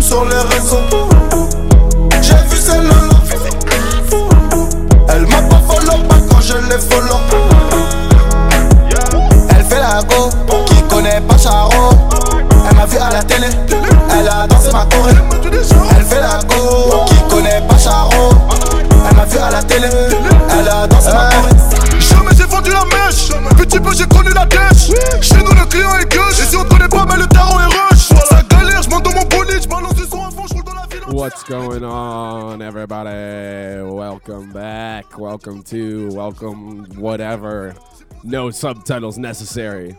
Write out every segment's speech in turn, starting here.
sur les réseaux. J'ai vu ses nanas. Elle m'a pas follow pas quand je l'ai follow. Elle fait la go, qui connaît pas Charo. Elle m'a vu à la télé, elle a dansé ma choré. Elle fait la go, qui connaît pas Charo. Elle m'a vu à la télé, elle a dansé ma choré. Jamais j'ai vendu la mèche. Petit peu j'ai connu la dèche. Chez nous le client est gauche. Et si on te connaît pas, mais le tarot est rush. Ça galère, je monte dans mon bolide, je balance du son à fond, je roule dans la ville. What's going on, everybody? Welcome back. Welcome to, welcome, whatever. No subtitles necessary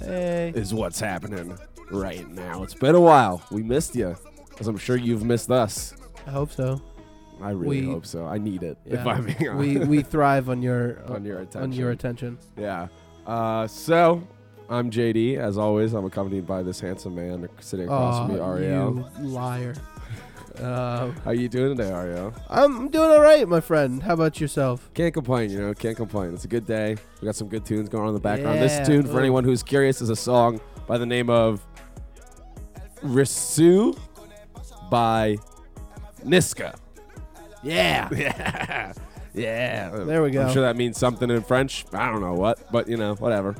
Hey. is what's happening right now. It's been a while. We missed you, as I'm sure you've missed us. I hope so. I really We- hope so. I need it, if Yeah. I'm being we honest. we thrive on your uh, On your on your attention. yeah. Uh, so, I'm JD. As always, I'm accompanied by this handsome man sitting across from me, Aw, Ariel. you liar. Um, How you doing today, Ariel? I'm doing all right, my friend. How about yourself? Can't complain, you know. Can't complain. It's a good day. We got some good tunes going on in the background. This Yeah. tune, for Ooh. anyone who's curious, is a song by the name of Risu by Niska. Yeah. Yeah. Yeah. There we go. I'm sure that means something in French. I don't know what, but you know, whatever.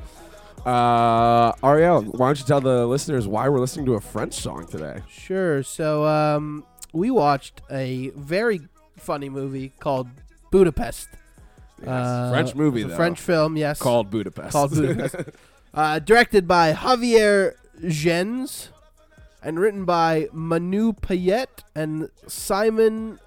Uh, Ariel, why don't you tell the listeners why we're listening to a French song today? Sure. So um, we watched a very funny movie called Budapest. Uh, French movie, it's a though. French film, yes. Called Budapest. called Budapest. uh, directed by Javier Gens and written by Manu Payette and Simon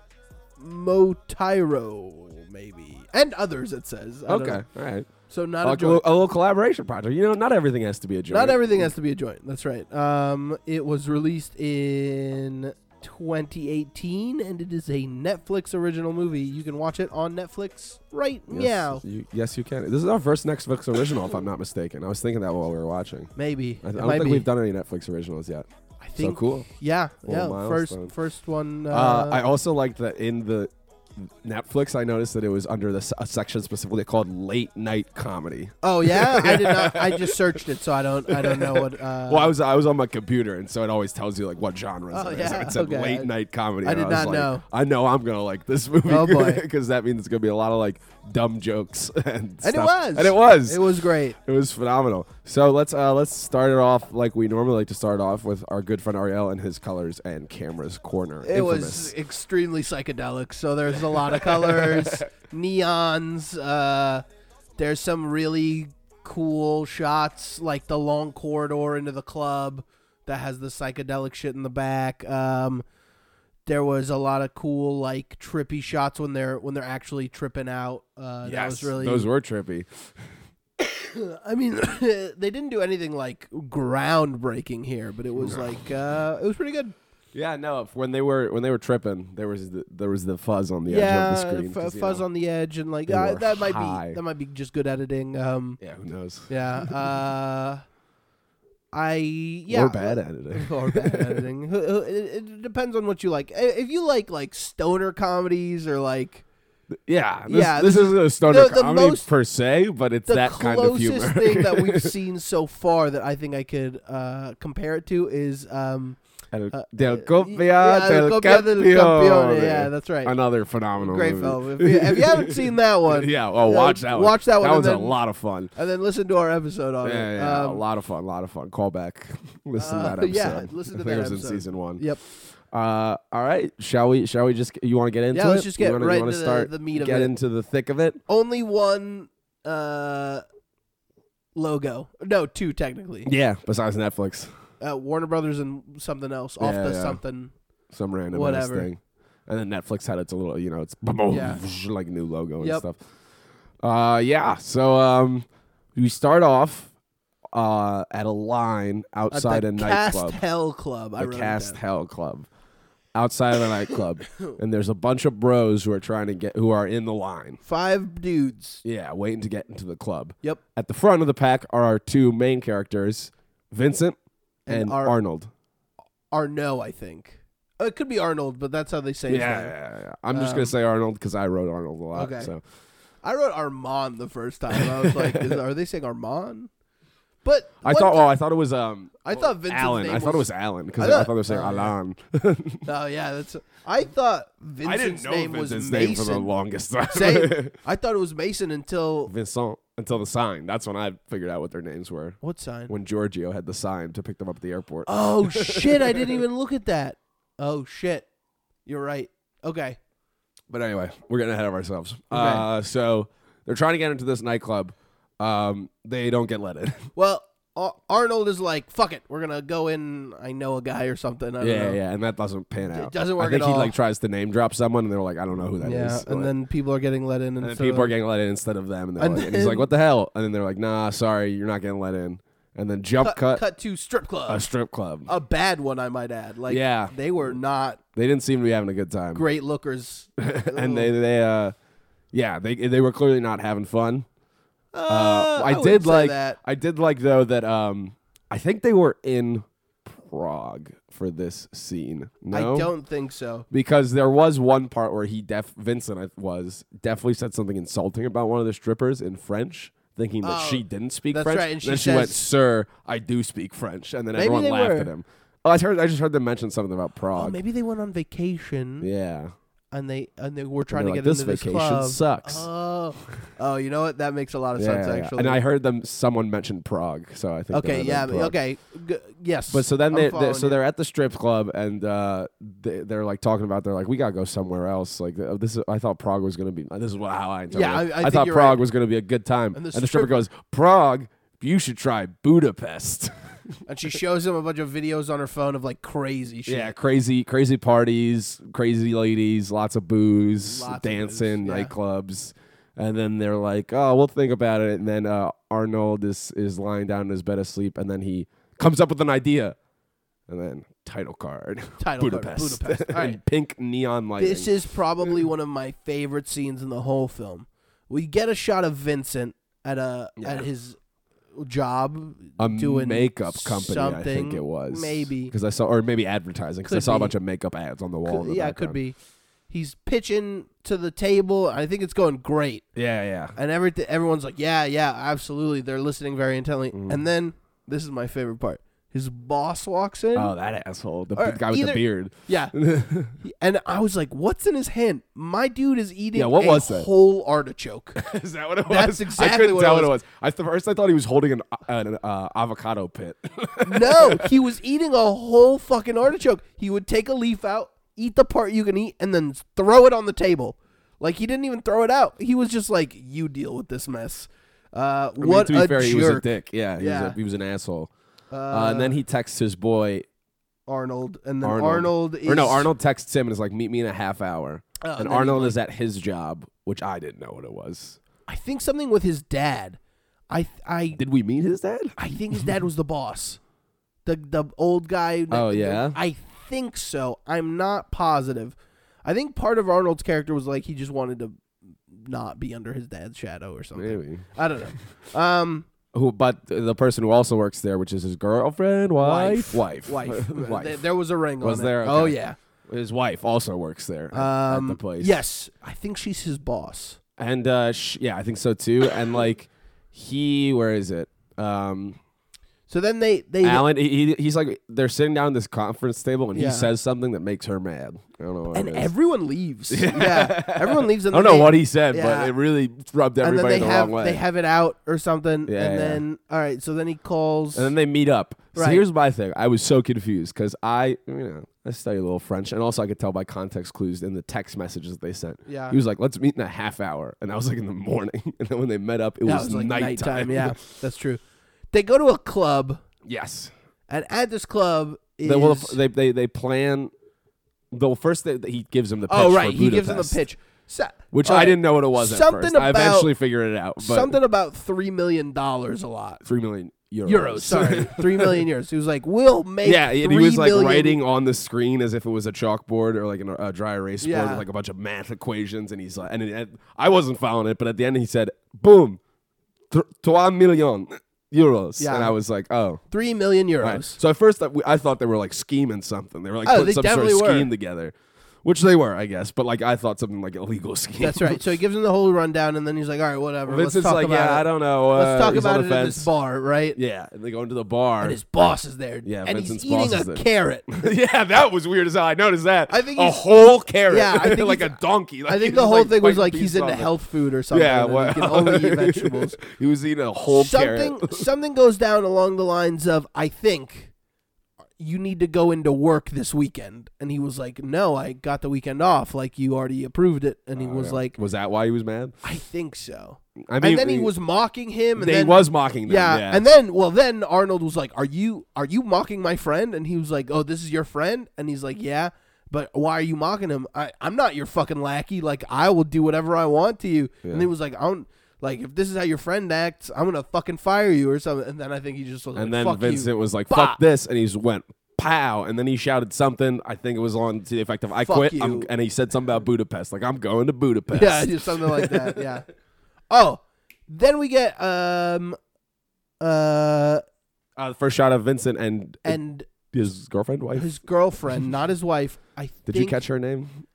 Motiro, maybe. And others, it says. I don't okay. know. All right. So not a Like a, joint. little, a little collaboration project. You know, not everything has to be a joint. Not everything has to be a joint. That's right. Um, it was released in 2018, and it is a Netflix original movie. You can watch it on Netflix right now. Yes, you, yes, you can. This is our first Netflix original, if I'm not mistaken. I was thinking that while we were watching. Maybe. I, th- It I don't might think be. we've done any Netflix originals yet. I think. so cool. Yeah. Yeah. Little milestone. First, first one. Uh, Uh, I also liked that in the Netflix, I noticed that it was under the s- a section specifically called late night comedy. Oh yeah, I did not. I just searched it, so I don't. I don't know what. Uh, Well, I was I was on my computer, and so it always tells you like what genres. Oh, it is. yeah, It said okay. late night comedy. I and did was not like, know. I know I'm gonna like this movie. Oh, boy. because that means it's gonna be a lot of like dumb jokes and. and it stuff. was. And it was. It was great. It was phenomenal. So let's uh, let's start it off like we normally like to start off with our good friend Ariel and his colors and cameras corner. It was Infamous. extremely psychedelic. So there's a lot of colors, neons. Uh, there's some really cool shots, like the long corridor into the club that has the psychedelic shit in the back. Um, there was a lot of cool, like trippy shots when they're when they're actually tripping out. Uh, that was really those were trippy. I mean, they didn't do anything like groundbreaking here, but it was like uh, it was pretty good. Yeah, no. if- When they were when they were tripping, there was the, there was the fuzz on the yeah, edge of the screen. f- uh, 'cause, you fuzz know- on the edge, and like they uh, were that might high. be that might be just good editing. Um, Yeah, who knows? yeah, uh, I yeah Or bad editing. or bad editing. Who- who- It, it depends on what you like. I- If you like like stoner comedies or like Yeah, this, Yeah, This, this isn't a stoner the- the comedy most- per se, but it's the that closest kind of humor. thing that we've seen so far that I think I could uh, compare it to is. Um, El- uh, del y- copia, yeah, del, El Copia del campione. Campione. Yeah, that's right. Another phenomenal Great movie. film. If you, if you haven't seen that one, yeah, oh, uh, watch that one. Watch that one. That and was a then- lot of fun. And then listen to our episode on Yeah, it. yeah, a Um, lot of fun, a lot of fun. Call back, listen uh, to that episode. yeah, listen I to think that it was episode. in season one. Yep. Uh, all right, shall we? Shall we just? You want to get into Yeah, it? let's just You get wanna- you right wanna into the- start, the meat of Get it. into the thick of it. Only one uh, logo. No, two technically. Yeah. Besides Netflix, Uh, Warner Brothers and something else. Off Yeah, the yeah. something. some random ass Whatever. thing, and then Netflix had its little, you know, it's Yeah. like new logo Yep. and stuff. Uh, yeah. So um, we start off uh at a line At outside the a Cast nightclub. Hell Club. I the wrote it Cast down. Hell Club outside of the nightclub, and there's a bunch of bros who are trying to get who are in the line. Five dudes. Yeah, waiting to get into the club. Yep. At the front of the pack are our two main characters, Vincent and, And Ar- Arnold. Are no, I think. Uh, It could be Arnold, but that's how they say Yeah, his name. yeah, yeah. I'm just gonna say Arnold because I wrote Arnold a lot. Um, Okay. So I wrote Armand the first time. and I was like, is, are they saying Armand? But I one thought. time- Well, I thought it was um. I thought Vincent's Alan. name I thought it was was- Alan because I I, thought- thought they were saying oh, yeah. Alan. oh yeah, that's. I thought I didn't Vincent's know name was Vincent's Mason. name for the longest time. Same. I thought it was Mason until Vincent until the sign. That's when I figured out what their names were. what sign? When Giorgio had the sign to pick them up at the airport. Oh shit! I didn't even look at that. Oh shit! You're right. Okay. But anyway, we're getting ahead of ourselves. Uh, so they're trying to get into this nightclub. Um, they don't get let in. Well, Ar- Arnold is like, "Fuck it, we're gonna go in." I know a guy or something. I don't yeah, know. yeah, and that doesn't pan out. doesn't work I think at he all. like tries to name drop someone, and they're like, I don't know who that is. Yeah, and Like, then people are getting let in, and, and then so- people are getting let in instead of them, and, they're And like, and he's then- like, What the hell? And then they're like, Nah, sorry, you're not getting let in. And then jump cut, cut, Oh. cut to strip club. a strip club. a bad one, I might add. Like, Yeah. they were not they didn't seem to be having a good time. great lookers. Uh, and they they uh yeah they they were clearly not having fun. Uh, I, wouldn't did say like that. I did like though that um I think they were in Prague for this scene. No, I don't think so. because there was one part where he def Vincent I- was definitely said something insulting about one of the strippers in French. Thinking that Oh, she didn't speak that's French, right, and she then she went, says- "Sir, I do speak French," and then Maybe everyone they laughed were. at him. Oh, I heard, I just heard them mention something about Oh, Prague. maybe they went on vacation yeah, and they and they were trying to they're get like, "This into this vacation club. sucks. Oh, oh, you know what? That makes a lot of sense actually. And I heard them. Someone mentioned Prague, so I think. they might Okay, have yeah, been Prague. okay, G- yes. But so then I'm they, they following so you. they're at the strip club and uh, they, they're like talking about they're like we gotta go somewhere else like uh, this is, I thought Prague was gonna be uh, this is what- how I interpreted Yeah, I- it. I think thought you're Prague right. was gonna be a good time and And the, the stripper strip- goes Prague you should try Budapest and she shows him a bunch of videos on her phone of like crazy shit. yeah crazy crazy parties crazy ladies lots of booze Lots of dancing booze, yeah. nightclubs and then they're like oh we'll think about it and then uh, Arnold is is lying down in his bed asleep and then he comes up with an idea and then title card. Title card, Budapest. Budapest. All and right. pink neon lighting. This is probably one of my favorite scenes in the whole film. We get a shot of Vincent at a at his job a doing makeup company. I think something, it was maybe. because I saw, or maybe advertising. Because I Could saw a be. bunch of makeup ads on the wall. in the yeah, it could background. be. He's pitching to the table. I think it's going great, Yeah, yeah. and everything. Everyone's like, "Yeah, yeah, absolutely." They're listening very intently, Mm. and then this is my favorite part. His boss walks in. Oh, that asshole! The Or the guy with the either- beard. Yeah. and I was like, what's in his hand? My dude is eating Yeah, what a was that? whole artichoke. Is that what it was? That's I exactly couldn't what it tell what it was. was. I, at first, I thought he was holding an, an uh, avocado pit. no, he was eating a whole fucking artichoke. He would take a leaf out, eat the part you can eat, and then throw it on the table. Like he didn't even throw it out. He was just like, you deal with this mess. Uh, I mean, what to be a fair, jerk, he was a dick. Yeah, he, Yeah. Was, a, he was an asshole. Uh, and then he texts his boy Uh, Arnold. And then Arnold. Arnold, is or no, Arnold texts him and is like, "Meet me in a half hour." Oh, and and then he Arnold is at his job, which I didn't know what it was. I think something with his dad. I I Did we meet his dad? I think his dad was the boss, the the old guy. Oh, yeah? I think so. I'm not positive. I think part of Arnold's character was like he just wanted to not be under his dad's shadow or something. Maybe. I don't know. Um, Who? But the person who also works there, which is his girlfriend, wife, wife, wife, wife. There- There was a ring. Was on it. there? Oh Okay. yeah. His wife also works there at, Um, at the place. Yes, I think she's his boss. and uh, sh- yeah, I think so too. And like, he, where is it? Um, So then they they Alan, he, he- he's like, they're sitting down at this conference table, and Yeah. he says something that makes her mad. I don't know. What and it is. everyone leaves. yeah, everyone leaves. And I don't then know they- what he said, yeah. but it really rubbed And then everybody they the have wrong way. they have it out or something. Yeah, and yeah. then all right. So then he calls. and then they meet up. So Right. here's my thing. I was so confused because I, you know, I study a little French, and also I could tell by context clues in the text messages that they sent. Yeah. he was like, "Let's meet in a half hour," and I was like, "In the morning." And then when they met up, it Yeah, was, nighttime. Yeah, that's true. They go to a club, yes. and at this club is They, well, they they they plan. Though first they, he gives him the pitch oh for right, he gives them a Budapest, pitch, So- which all I right, didn't know what it was. Something at first. I about- eventually figured it out. But something about three million dollars, a lot three million euros. euros. Sorry, three million euros. He was like, "We'll make Yeah, and he three was like million writing on the screen as if it was a chalkboard or like an, a dry erase board Yeah. with like a bunch of math equations, and he's like, and, it, and I wasn't following it, but at the end he said, "Boom, th- trois million euros," Yeah. and I was like, "Oh." three million euros." Right. So at first I, I thought they were like scheming something. They were like Oh, putting they some sort of definitely were. scheme together. which they were, I guess. But like I thought something like illegal scheme. That's right. So he gives him the whole rundown, and then he's like, "All right, whatever. Let's Vincent's talk like, about yeah, it. I don't know. uh, Let's talk he's on about the it at this fence." bar, right? Yeah, and they go into the bar. And his boss is there. Yeah, and Vincent's he's eating boss a is there. carrot. yeah, that was weird as hell. I noticed that. I think a he's- whole carrot. Yeah, I think like a he's- donkey. Like, I he's think the just, whole thing was biting like pieces he's into off it. health food or something. Yeah, and well, he can only eat vegetables. he was eating a whole something carrot. something goes down along the lines of I think you need to go into work this weekend and he was like no I got the weekend off like you already approved it and he was like was that why he was mad? I think so Oh, I mean, and then he was mocking him and They then was mocking them. yeah, Yeah, and then well then Arnold was like are you are you mocking my friend and he was like oh this is your friend and he's like yeah but why are you mocking him I I'm not your fucking lackey like I will do whatever I want to you and he was like I don't like if this is how your friend acts I'm gonna fucking fire you or something and then I think he just was And like, then fuck you. Vincent was like, Bah. "Fuck this," and he just went pow, and then he shouted something. I think it was on to the effect of "I Fuck quit," I'm, you. and he said something about Budapest, like "I'm going to Budapest." yeah just something like that yeah oh then we get um uh Uh, the first shot of Vincent and, and his girlfriend, wife. his girlfriend not his wife I Did you think catch her name?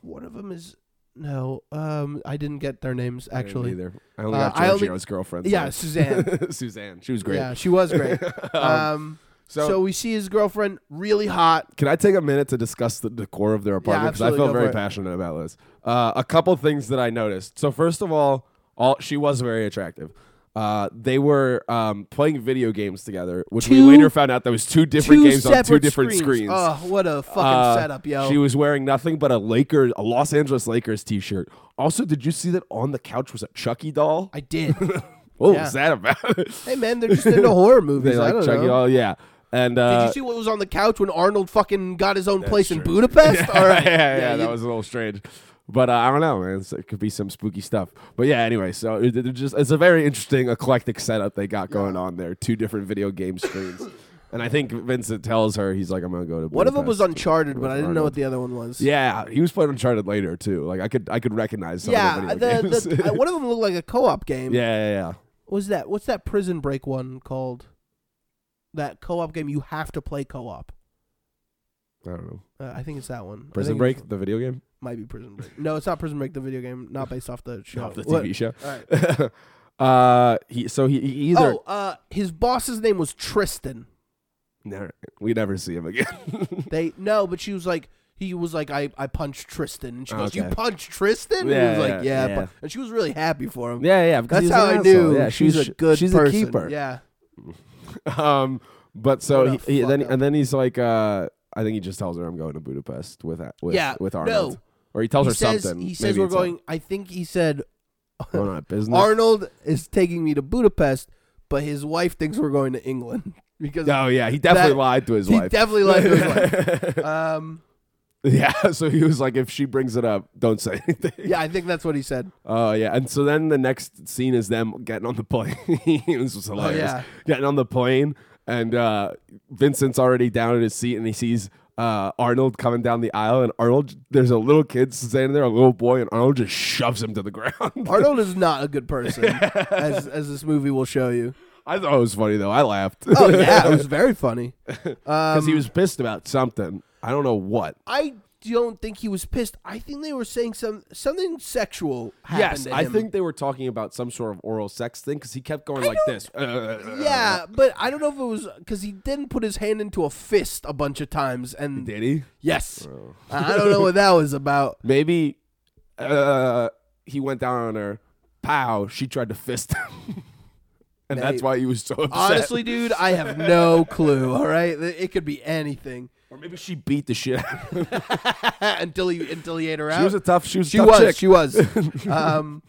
One of them is no. Um, I didn't get their names actually. either. I only Uh, got I only- Giorgio's girlfriend. Yeah, so- Suzanne. Suzanne. She was great. Yeah, she was great. Um, um, so, so- we see his girlfriend really hot. Can I take a minute to discuss the decor of their apartment? Because I absolutely, feel go for very it. passionate about this. Uh, a couple things that I noticed. So first of all, all she was very attractive. Uh, they were um, playing video games together, which we Two- later found out there was two different two games on separate two different screens. screens. Oh, what a fucking Uh, setup, yo! She was wearing nothing but a Lakers, a Los Angeles Lakers T-shirt. Also, did you see that on the couch was a Chucky doll? I did. what yeah. was that about? hey man, they're just into horror movies. they I like don't Chucky know. doll, yeah. And Did uh, you see what was on the couch when Arnold fucking got his own place in Budapest? All right, yeah, yeah, that you- was a little strange. But uh, I don't know, man. It's- it could be some spooky stuff. But yeah, anyway, so it, it just it's a very interesting eclectic setup they got going on there. Two different video game screens, and I think Vincent tells her he's like, "I'm gonna go to." One of them was Budapest." Uncharted, but I didn't know what Arnold. the other one was. Yeah, he was playing Uncharted later too. Like I could I could recognize. Some yeah. of the video The, games. the, uh, one of them looked like a co-op game. yeah, yeah, yeah. was that what's that prison break one called that co-op game you have to play co-op I don't know. uh, i think it's that one I Prison think it Break, the video game, might be prison break no it's not prison break the video game not based off the show Off the What- TV show. all right. uh, he so he, he either oh uh his boss's name was tristan never, we never see him again. they no but she was like he was like i i punched tristan and she goes you Okay. punched tristan Yeah, and he was like yeah, yeah, yeah. pu-" and she was really happy for him yeah, yeah. because that's he was how an i asshole. knew Yeah, she's, she's a good She's person a keeper. yeah um, but so What a he, he- then fuck up. and then he's like, uh, I think he just tells her I'm going to Budapest with uh, with Yeah, with no. Arnold, or he tells he her says something. he says Maybe we're it's like, going i think he said going on a business. Arnold is taking me to Budapest, but his wife thinks we're going to England because oh yeah, he definitely That- lied to his he wife. definitely lied to his wife. Um, yeah, so he was like, if she brings it up, don't say anything. yeah, I think that's what he said. Oh yeah, and so then the next scene is them getting on the plane. this was hilarious. Oh, yeah. Getting on the plane, and uh, Vincent's already down at his seat, and he sees uh, Arnold coming down the aisle, and Arnold, there's a little kid standing there, a little boy, and Arnold just shoves him to the ground. Arnold is not a good person, as as this movie will show you. I thought it was funny though. I laughed Oh because yeah, Um, it was very funny. he was pissed about something. I don't know what. I don't think he was pissed. I think they were saying some something sexual happened. Yes, to I him. think they were talking about some sort of oral sex thing because he kept going like this. Yeah, uh, but I don't know if it was because he didn't put his hand into a fist a bunch of times, and did Oh. he? yes, I I don't know what that was about. Maybe uh, he went down on her. Pow! She tried to fist him, and that's Mate. why he was so upset. Honestly, dude, I have no clue. All right, Th- it could be anything or maybe she beat the shit. out of him. until you until you ate her out. she was a tough. She was. A Uh, she tough was, chick. she was. Um,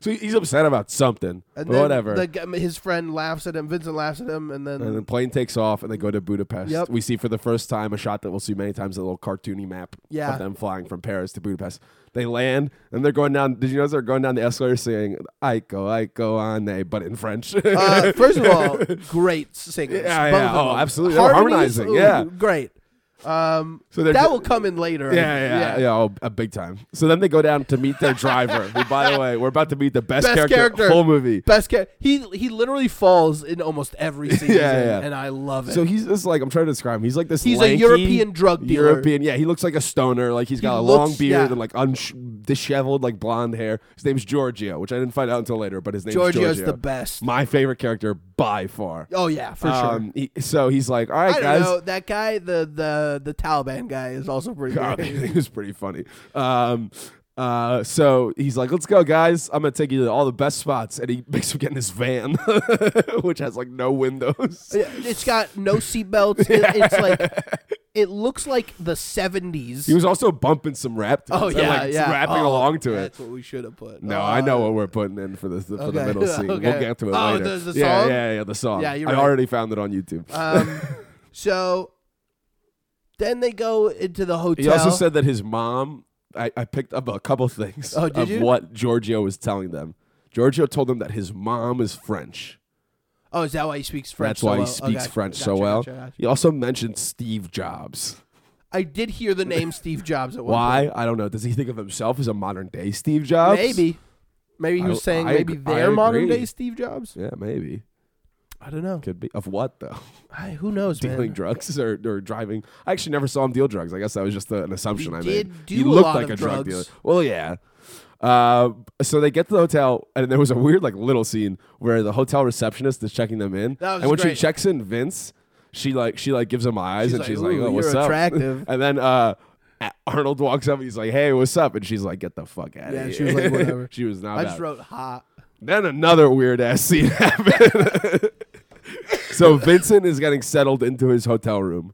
so he's upset about something. and but then whatever. The, gu- his friend laughs at him. Vincent laughs at him, and then and the plane takes off, and they go to Budapest. Yep. We see for the first time a shot that we'll see many times—a little cartoony map Yeah. of them flying from Paris to Budapest. They land, and they're going down. Did you notice they're going down the escalator saying "Aiko, Aiko, Ane," but in French? uh, first of all, great singers. Yeah, both yeah. of Oh, them. absolutely. They were Harmonies, harmonizing, ooh, yeah. great. Um, So they're that ju- will come in later. Yeah, yeah, yeah, oh, a big time. So then they go down to meet their driver. who, by the way, we're about to meet the best, Best character, character. whole movie. Best cat. He he literally falls in almost every season, yeah. and I love it. So he's just like I'm trying to describe him. He's like this. He's a lanky, European drug dealer. European, yeah. He looks like a stoner. Like he's got a long looks- beard yeah. and like unsh- disheveled, like blonde hair. His name's Giorgio, which I didn't find out until later. But his name's Giorgio's Giorgio. the best. My favorite character by far. oh yeah, for sure. Um, he- so he's like, all right, I don't guys. know that guy. The the the Taliban guy is also pretty God, good. it was pretty funny. Um, uh, so he's like, "Let's go, guys! I'm gonna take you to all the best spots," and he makes him get in this van, which has like no windows. Yeah, It's got no seatbelts. It, it's like it looks like the seventies. He was also bumping some rap. To oh it, yeah, like, yeah, rapping Oh, along to it. That's what we should have put. No, Uh, I know what we're putting in for this for the okay. middle scene. We'll Okay. get to it Oh, later. the- the yeah, song? yeah, yeah, the song. Yeah, you're I right. already found it on YouTube. Um, so then they go into the hotel. he also said that his mom. I, I picked up a couple things Oh, did of you? what Giorgio was telling them. Giorgio told them that his mom is French. "Oh, is that why he speaks French? That's so why he well? speaks Okay. French so Gotcha, well. gotcha, gotcha. He also mentioned Steve Jobs. I did hear the name Steve Jobs at one Why? point. I don't know. Does he think of himself as a modern day Steve Jobs? Maybe, maybe he I- was saying I maybe ag- I their modern agree. day Steve Jobs. Yeah, maybe. I don't know. Could be. Of what though? I, who knows, man? Dealing drugs or, or driving? I actually never saw him deal drugs. I guess that was just a- an assumption I did made. do he a looked lot like of a drug dealer. drugs. Well, yeah. Uh, so they get to the hotel, and there was a weird, like, little scene where the hotel receptionist is checking them in, That was and when great. she checks in Vince, she like she like gives him eyes, She's and like, she's like, "Ooh, "Oh, what's you're up?" attractive. and then uh, A- Arnold walks up, and he's like, "Hey, what's up?" And she's like, "Get the fuck out Yeah, of here." she was like, "Whatever." she was not. I about just it. wrote hot. Then another weird ass scene happened. so Vincent is getting settled into his hotel room,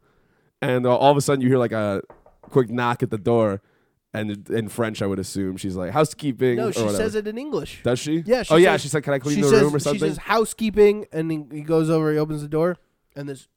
and uh, all of a sudden you hear like a quick knock at the door, and in French I would assume she's like housekeeping. No, she or whatever. says it in English. Does she? Yeah, she oh yeah, says- she said, "Can I clean she the says, room or she something?" says housekeeping, and he, he goes over, he opens the door, and this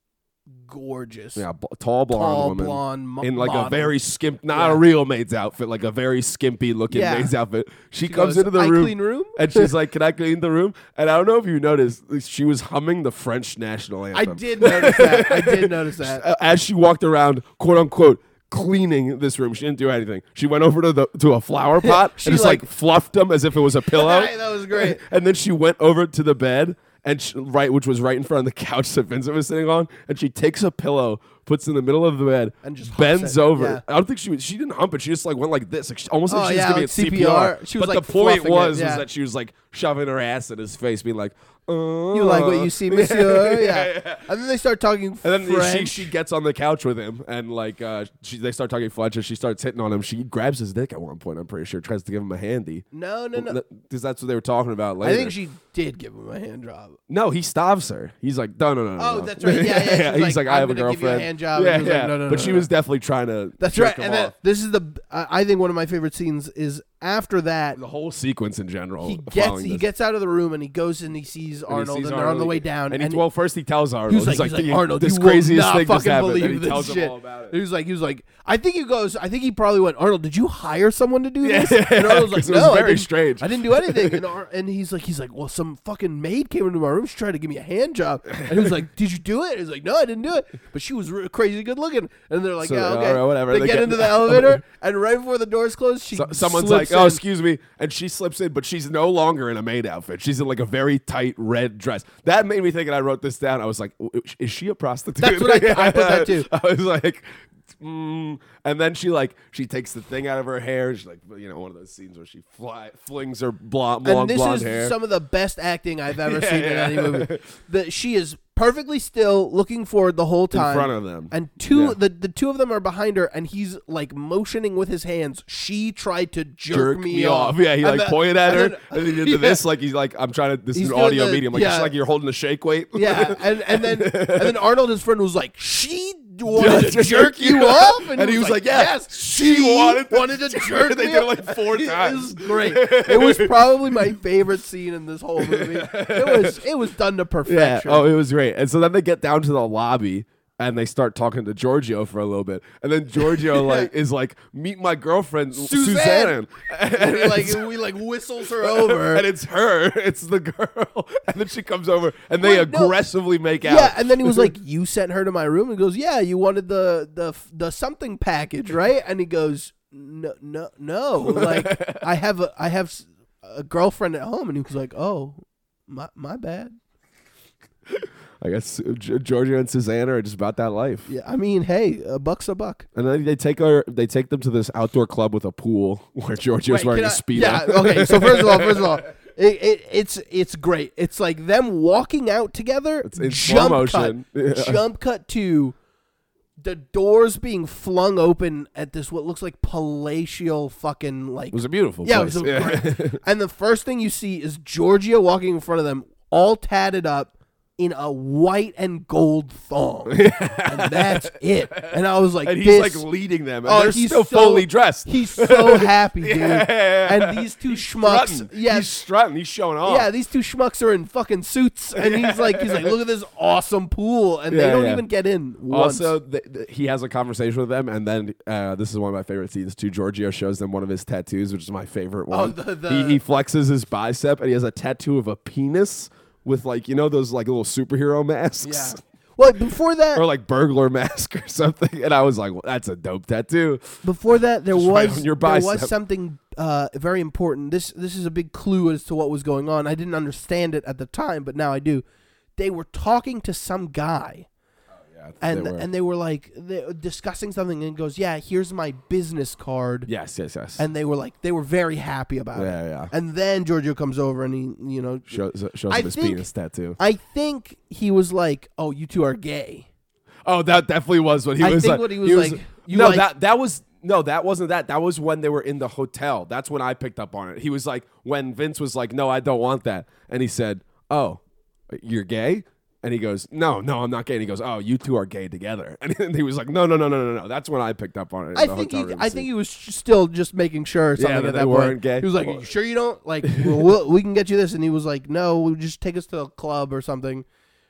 gorgeous, yeah, b- tall blonde tall woman. blonde mo- in like model. a very skimp, not a Yeah. real maid's outfit, like a very skimpy looking Yeah. maid's outfit. She, She comes goes, into the "I room, clean room?" and she's like, "Can I clean the room?" And I don't know if you noticed, she was humming the French national anthem. I did notice that. I did notice that. Uh, as she walked around, quote unquote, cleaning this room. She didn't do anything. She went over to the to a flower pot She, and just like, like- fluffed them as if it was a pillow. That was great. and then she went over to the bed and sh right, which was right in front of the couch that Vincent was sitting on, and she takes a pillow, puts it in the middle of the bed, And just humps bends it, over. yeah. I don't think she was. She didn't hump it. She just like went like this, like she, almost like Oh, she was yeah, giving like it CPR. CPR. She was, but like, the point fluffing it, was was yeah. that she was like shoving her ass in his face, being like, uh, You like what you see, Monsieur? yeah, yeah, yeah. And then they start talking And then she, French. she gets on the couch with him, and like uh, she, they start talking French, and she starts hitting on him. She grabs his dick at one point. I'm pretty sure tries to give him a handy. no, no, no. Because that's what they were talking about later. I think she did give him a hand job. No, he stops her. He's like, no, no, no. no, Oh, no." that's right. Yeah, yeah. She's He's like, I like, "I'm have a gonna girlfriend. give you a hand job." And Yeah, he was like, yeah. "No, no, no, but no, she no." was definitely trying to. That's jerk right. him And then off. this is the I I think one of my favorite scenes is after that. the whole sequence in general. He following gets he this. gets out of the room and he goes and he sees And he Arnold and, sees they're on the Arnold, way down And, and, he, well, first he tells Arnold. He was like, he's like, "You- Arnold, this you craziest will not thing just fucking happened." believe And he this tells shit. him all about it. He was like, he was like, I think he goes, I think he probably went, Arnold, did you hire someone to do Yeah, this? yeah, and Arnold's 'cause like, it was no, I very didn't, strange." I didn't do anything. And, Ar- and he's like, he's like, well, some fucking maid came into my room. She tried to give me a hand job. And he was like, did you do it? He's like, no, I didn't do it. But she was re- crazy good looking. And they're like, So, yeah, all okay, right, whatever. uh, They, They get, get in into the the elevator, and right before the doors close, she So- someone's like, slips "Oh, in. excuse me," and she slips in, but she's no longer in a maid outfit. She's in like a very tight red dress. That made me think, and I wrote this down. I was like, "W- "Is she a prostitute?" That's what I- I put that too. I was like. Mm. And then she like she takes the thing out of her hair. She's like you know one of those scenes where she fly, flings her blonde, long and this blonde is hair. some of the best acting I've ever Yeah, seen yeah. in any movie. That she is perfectly still, looking forward the whole time front of them. and two Yeah. the the two of them are behind her, and he's like motioning with his hands. She tried to jerk, jerk me off. Yeah, he And like then- pointed at and her then- and then he did Yeah. this like he's like I'm trying to this He's is an doing audio the- medium like it's yeah. like you're holding a shake weight. Yeah, and, and then and then Arnold, his friend, was like, "She wanted to jerk you up, off," yes, wanted to jerk They me did it off." like four It times. was great. It was probably my favorite scene in this whole movie. It was it was done to Yeah. perfection. Oh, it was great. And so then they get down to the lobby, and they start talking to Giorgio for a little bit, and then Giorgio like is like, "Meet my girlfriend, Suzanne." Suzanne! And we like it's- we like whistles her over. and it's her. It's the girl, and then she comes over, and they Wait, no. aggressively make out. yeah, and then he was like, "You sent her to my room." And he goes, "Yeah, you wanted the the the something package, right?" And he goes, "No, no, no. Like I have a I have s- a girlfriend at home." And he was like, "Oh, my my bad." I guess uh, G- Giorgio and Susanna are just about that life. Yeah, I mean, hey, a buck's a buck. And then they take her. They take them to this outdoor club with a pool where Giorgio's Wait, wearing a can speedo. I- Yeah. Okay. So first of all, first of all, it, it, it's it's great. It's like them walking out together. It's in slow jump motion. Yeah. Cut, Jump cut to the doors being flung open at this what looks like palatial fucking like. It was a beautiful. yeah, it place. was a Yeah. great- and the first thing you see is Giorgio walking in front of them, all tatted up. In a white and gold thong, and that's it. And I was like, and he's this- Oh, like leading them. And they're still so- fully dressed. He's so happy, dude. Yeah. And these two schmucks, strutting. yeah, he's strutting. He's showing off. yeah, these two schmucks are in fucking suits, and he's like, he's like, look at this awesome pool, and they Yeah, don't yeah. even get in. Once. Also, th- th- he has a conversation with them, and then uh, this is one of my favorite scenes too. Giorgio shows them one of his tattoos, which is my favorite one. the- the- He, he flexes his bicep, and he has a tattoo of a penis with like you know those like little superhero yeah. masks. Well, before that, Or like burglar mask or something, and I was like, well, "That's a dope tattoo." before that, there Just right was on your there was bicep. something uh, very important. This this is a big clue as to what was going on. I didn't understand it at the time, but now I do. They were talking to some guy. Oh, Yeah, and they were. and they were like they were discussing something and he goes yeah here's my business card yes, yes, yes. and they were like they were very happy about Yeah, it yeah. and then Giorgio comes over and he you know shows shows I him his think- penis tattoo. I think he was like oh you two are gay Oh, that definitely was what he I was think like. what he was like, you no, like- that that was no, that wasn't that. That was when they were in the hotel. That's when I picked up on it. He was like when Vince was like, "No, I don't want that," and he said, "Oh, you're gay." And he goes, no, no, I'm not gay. And he goes, oh, you two are gay together. And he was like, no, no, no, no, no, no. That's when I picked up on it. in I the think he, hotel room I scene. think he was sh- still just making sure something that at they that weren't point gay. he was like Or- you sure you don't like well, we'll, we can get you this and he was like no we'll just take us to a club or something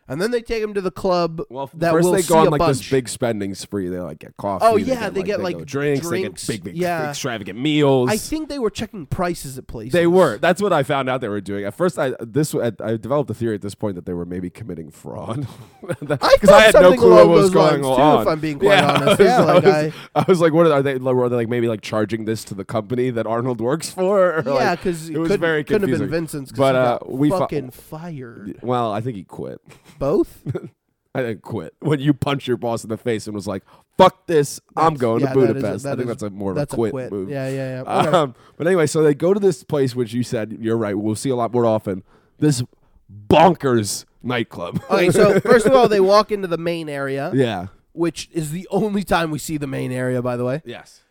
and then they take him to the club Well, that first will they see go on a like bunch. this big spending spree. They like get coffee. Oh, yeah, they get, go like, drinks, drinks. They get big, big, Yeah. extravagant meals. I think they were checking prices at places They were. That's what I found out they were doing. At first, I this I, I developed a theory at this point that they were maybe committing fraud because thought I, had no something clue what along was those going lines, too, on. if I'm being quite I was- honest. Yeah, I like, was, I- I was like, what are, are they? Like, were they like maybe like charging this to the company that Arnold works for? Or, Yeah, like, 'cause it was couldn't, very couldn't confusing. have been Vincent's. 'cause But he uh, got we fu- fucking fired well, I think he quit. both. I think quit when you punch your boss in the face and was like, "Fuck this, I'm That's- going to yeah, that is a- Budapest." I that think is- that's a more of that's a a quit, quit. move. Yeah, yeah, yeah. Okay. Um, but anyway, so they go to this place which you said you're right. We'll see a lot more often. This bonkers nightclub. okay, so first of all, they walk into the main area, yeah. which is the only time we see the main area, by the way. Yes.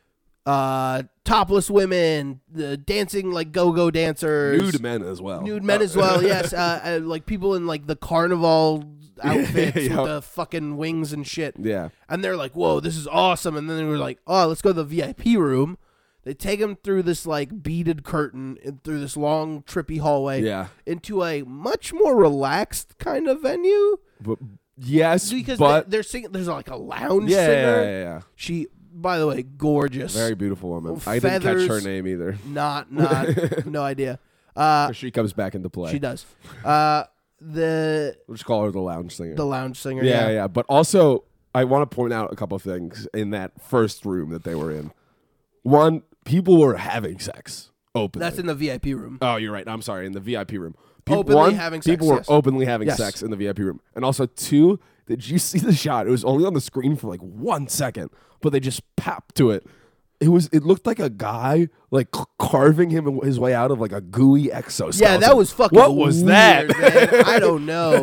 Uh, topless women, the dancing like go-go dancers, Nude men as well. nude men as well. Yes, uh, uh, like people in like the carnival outfits Yeah. with the fucking wings and shit. Yeah. And they're like, "Whoa, this is awesome!" And then they were like, "Oh, let's go to the VIP room." They take him through this like beaded curtain and through this long trippy hallway Yeah. into a much more relaxed kind of venue But yes, because but they, they're singing. There's like a lounge yeah, yeah, singer. yeah, yeah. She, by the way, gorgeous. Very beautiful woman. Well, I didn't catch her feathers- name either. not not no idea. Uh, She comes back into play. she does. Uh, the we'll just call her the lounge singer. the lounge singer. yeah, yeah. But also, I want to point out a couple of things in that first room that they were in. One, people were having sex openly. That's in the VIP room. oh, you're right. I'm sorry. In the VIP room, Peop- Openly one, having sex, people were yes. openly having Yes. sex in the VIP room, and also two, did you see the shot? It was only on the screen for like one second, but they just popped to it. It was. It looked like a guy like c- carving him his way out of like a gooey exoskeleton. Yeah, that was fucking. What was that? weird, man. I don't know.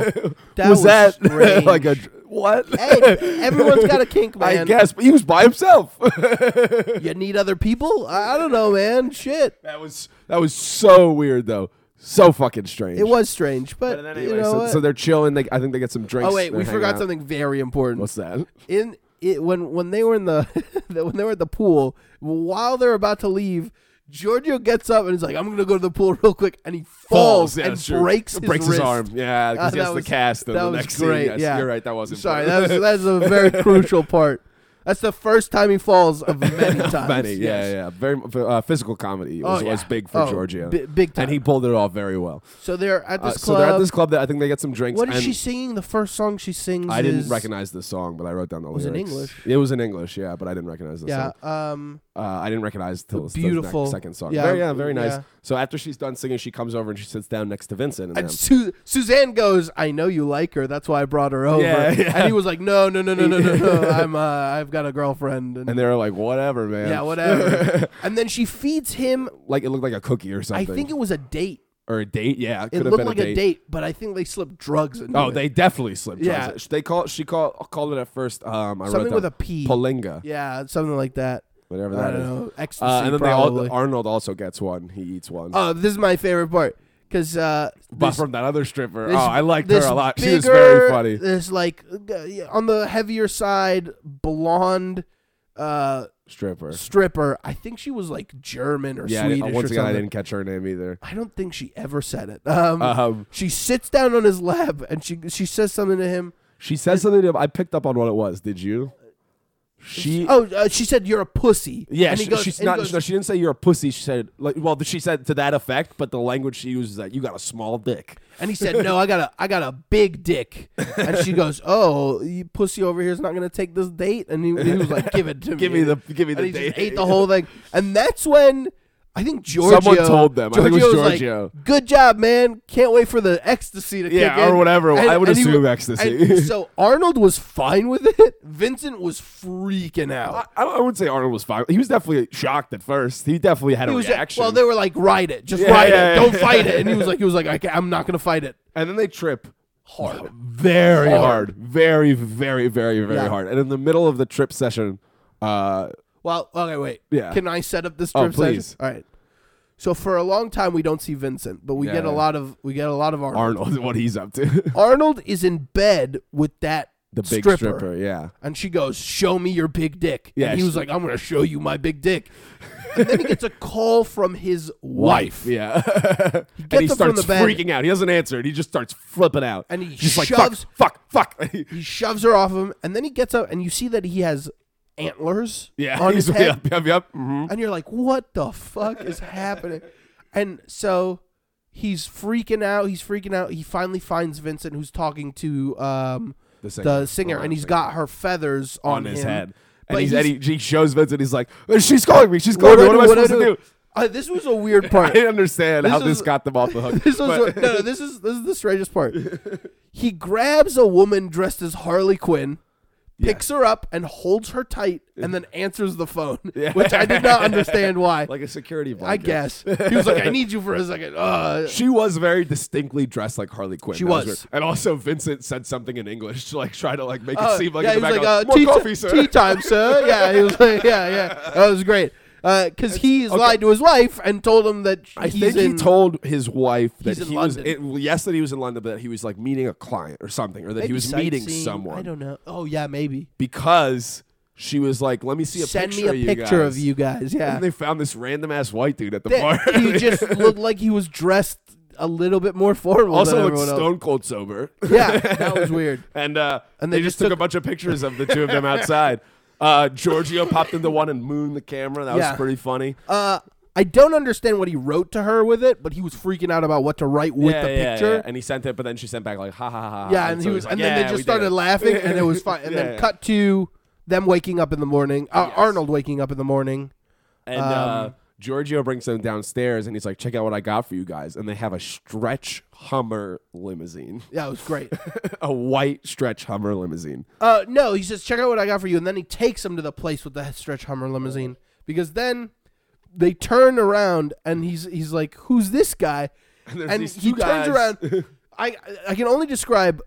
That was, that strange. like a dr- what? Hey, everyone's got a kink, man. I guess, but he was by himself. You need other people? I I don't know, man. Shit. that was that was so weird though, so fucking strange. It was strange, but, you know so, what? so they're chilling. They, I think they get some drinks. oh wait, they're we hanging forgot out. something very important. What's that? in it, when when they were in the when they were at the pool while they're about to leave Giorgio gets up and is like, "I'm gonna go to the pool real quick," and he falls, yeah, and that's true. breaks his breaks his wrist. arm. Yeah, Ah, because he that has was- the cast. in that the was next great, Scene. Yes, yeah. you're right. That wasn't. Sorry, that was that's a very crucial part. That's the first time he falls of many times. Funny, yeah, yes. yeah. Very uh, physical comedy Oh, was, yeah. was big for Oh, Giorgio, bi- big time. and he pulled it off very well. So they're at Uh, this so club. they're at this club that I think they get some drinks. what is and she singing? The first song she sings. I didn't is- recognize the song, but I wrote down the Was it in lyrics. English? It was in English, yeah, but I didn't recognize the Yeah. song. Um. Uh, I didn't recognize till the beautiful- next, second song. yeah, very, yeah, very nice. yeah. So after she's done singing, she comes over and she sits down next to Vincent. And And them. Su- Suzanne goes, "I know you like her. That's why I brought her over." Yeah, yeah. And he was like, "No, no, no, no, no, no, no. I'm. Uh, I've got a girlfriend." And, and they're like, "Whatever, man." yeah, whatever. and then she feeds him. like it looked like a cookie or I something. think it was a date. or a date. Yeah, It could have looked been like a date. but I think they slipped drugs into Oh, it. they definitely slipped. Yeah. Yeah, they call she called called it at first. Um, I something wrote with down a P. Polinga, yeah, something like that. whatever I that don't is. know. Ecstasy, Uh, and then probably. they all Arnold also gets one. He eats one. oh, this is my favorite part because uh, but this- from that other stripper, this- oh, I liked her this a lot. she was very bigger- funny. This like uh, on the heavier side, blonde uh, Stripper. stripper. I think she was like German or Yeah, I- Swedish or once again, something. I didn't catch her name either. I don't think she ever said it. Um, Um, she sits down on his lap and she she says something to him. She said something to him. I picked up on what it was. Did you? She. Oh, uh, she said you're a pussy. Yeah, and he she- goes, she's and he not. goes, no, she didn't say you're a pussy. She said, like, well, she said to that effect, but the language she used is that you got a small dick. And he said, "No, I got a, I got a big dick." And she goes, "Oh, you pussy over here is not gonna take this date." And he, he was like, "Give it to me, Give me the- give me the and he just date. ate the whole thing. And that's when I think Giorgio. Someone told them. I think it was Giorgio. like, "Good job, man! Can't wait for the ecstasy to Yeah, kick in." or whatever. I would he assume wa- ecstasy. and so Arnold was fine with it. Vincent was freaking I, out. I don't- I wouldn't say Arnold was fine. He was definitely shocked at first. He definitely had He a was reaction. well. They were like, "Ride it, just Yeah, ride yeah, yeah. it. Don't fight it." And he was like, "He was like, I ca- I'm not gonna fight it." and then they trip Hard. very Hard. hard. very very very very Yeah. hard. And in the middle of the trip session, uh, Well, okay, wait. Yeah. Can I set up this Oh, trip session? please. All right. So for a long time we don't see Vincent, but we Yeah, get a yeah. lot of we get a lot of Arnold. Arnold, what he's up to, Arnold is in bed with that the big stripper, yeah. and she goes, "Show me your big dick." Yeah, and he she- was like, "I'm gonna show you my big dick." and then he gets a call from his wife. yeah. gets and he up from starts the bed. freaking out. He doesn't answer it. He just starts flipping out, And he just shoves- like fuck, fuck, fuck. He shoves her off him, and then he gets up, and you see that he has antlers yeah, on he's his head. yep, yep, yep. mhm. and you're like, what the fuck is happening? And so he's freaking out. He's freaking out. He finally finds Vincent, who's talking to um, The singer. the singer, and he's singer. got her feathers on, on his him. head. But And, he's, he's- and he, he shows Vincent. He's like, "She's calling me. She's calling me. What am I supposed to do?" Uh, this was a weird I part. didn't understand This how was- this got them off the hook. This was but- no, no. This is this is the strangest part. He grabs a woman dressed as Harley Quinn, picks her up, and holds her tight, and then answers the phone, which I did not understand why. like a security blanket. I guess he was like, "I need you for a second. Uh, She was very distinctly dressed like Harley Quinn. She That was. weird. and also Vincent said something in English to like try to like make Uh, it seem like yeah, in the he was background, like, uh, more tea, coffee, sir. tea time, sir. Yeah, he was like, yeah, yeah. That was great. Because he's lied to his wife and told him that I he's think in, he told his wife that he's in he was London. it, well, yes that he was in London, but that he was like meeting a client or something, or that maybe he was meeting sightseeing. someone I don't know. Oh yeah, maybe. because she was like, "Let me see a Send me picture a of you picture guys. of you guys. Yeah, And they found this random ass white dude at the bar. That- he just looked like he was dressed a little bit more formal. than also looked everyone else. stone cold sober. Yeah, that was weird. and uh, And they, just took, a bunch of pictures of the two of them outside. Uh, Giorgio popped into one and mooned the camera. That Yeah. was pretty funny. Uh, I don't understand what he wrote to her with it, but he was freaking out about what to write with the picture. And he sent it, but then she sent back like, ha ha ha. ha. Yeah, and, Uh, so he was, like, and "Yeah, then they we just did started it." laughing, and it was fine. And then Yeah. cut to them waking up in the morning. Uh, Arnold waking up in the morning. And uh, um, Giorgio brings them downstairs, and he's like, check out what I got for you guys. And they have a stretch Hummer limousine, Yeah, it was great. a white stretch Hummer limousine. uh, no, he says, "Check out what I got for you," and then he takes him to the place with the stretch Hummer limousine because then they turn around and he's he's like, "Who's this guy?" And, there's these he two turns guys. around. I I can only describe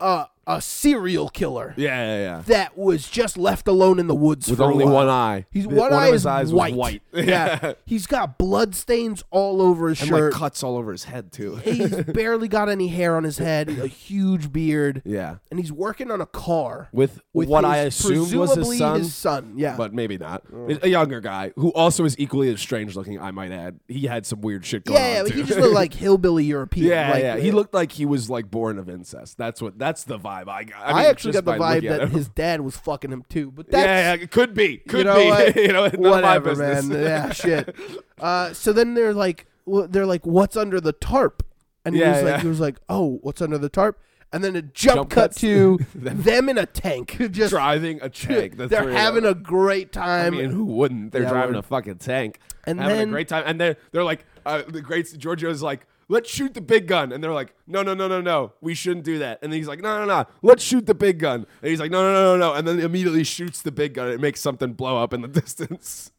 uh, a serial killer Yeah, yeah, yeah. that was just left alone in the woods With for a only while. one eye. He's The- one, of eye his is eyes was white. yeah, he's got blood stains all over his and shirt. like cuts all over his head too. he's barely got any hair on his head. A huge beard. yeah, and he's working on a car with, what I his- assumed was presumably his son, His son, yeah. but maybe not. A younger guy who also is equally as strange looking. I might add, he had some weird shit going yeah, yeah on. but he too. just looked like hillbilly European. Yeah, like, yeah. He looked like he was like born of incest. That's what. That's the vibe I got. I, mean, actually just got by the vibe looking at that him. his dad was fucking him too. But that's Yeah, yeah, it could be, could you know be. what? you know, none of my whatever, business. man. yeah, shit. Uh, so then they're like, well, they're like, what's under the tarp? And he Yeah, was like, yeah. he was like, oh, what's under the tarp? And then a Jump jump, cut cuts. to them in a tank, just driving a tank. The they're three of having them. a great time. I mean, who wouldn't? They're Yeah, driving we're- a fucking tank, And having then- a great time, and they're they're like uh, the great Giorgio's like, let's shoot the big gun, and they're like, no, no, no, no, no, we shouldn't do that, and he's like, no, no, no, let's shoot the big gun, and he's like, no, no, no, no, no, and then immediately shoots the big gun, and it makes something blow up in the distance.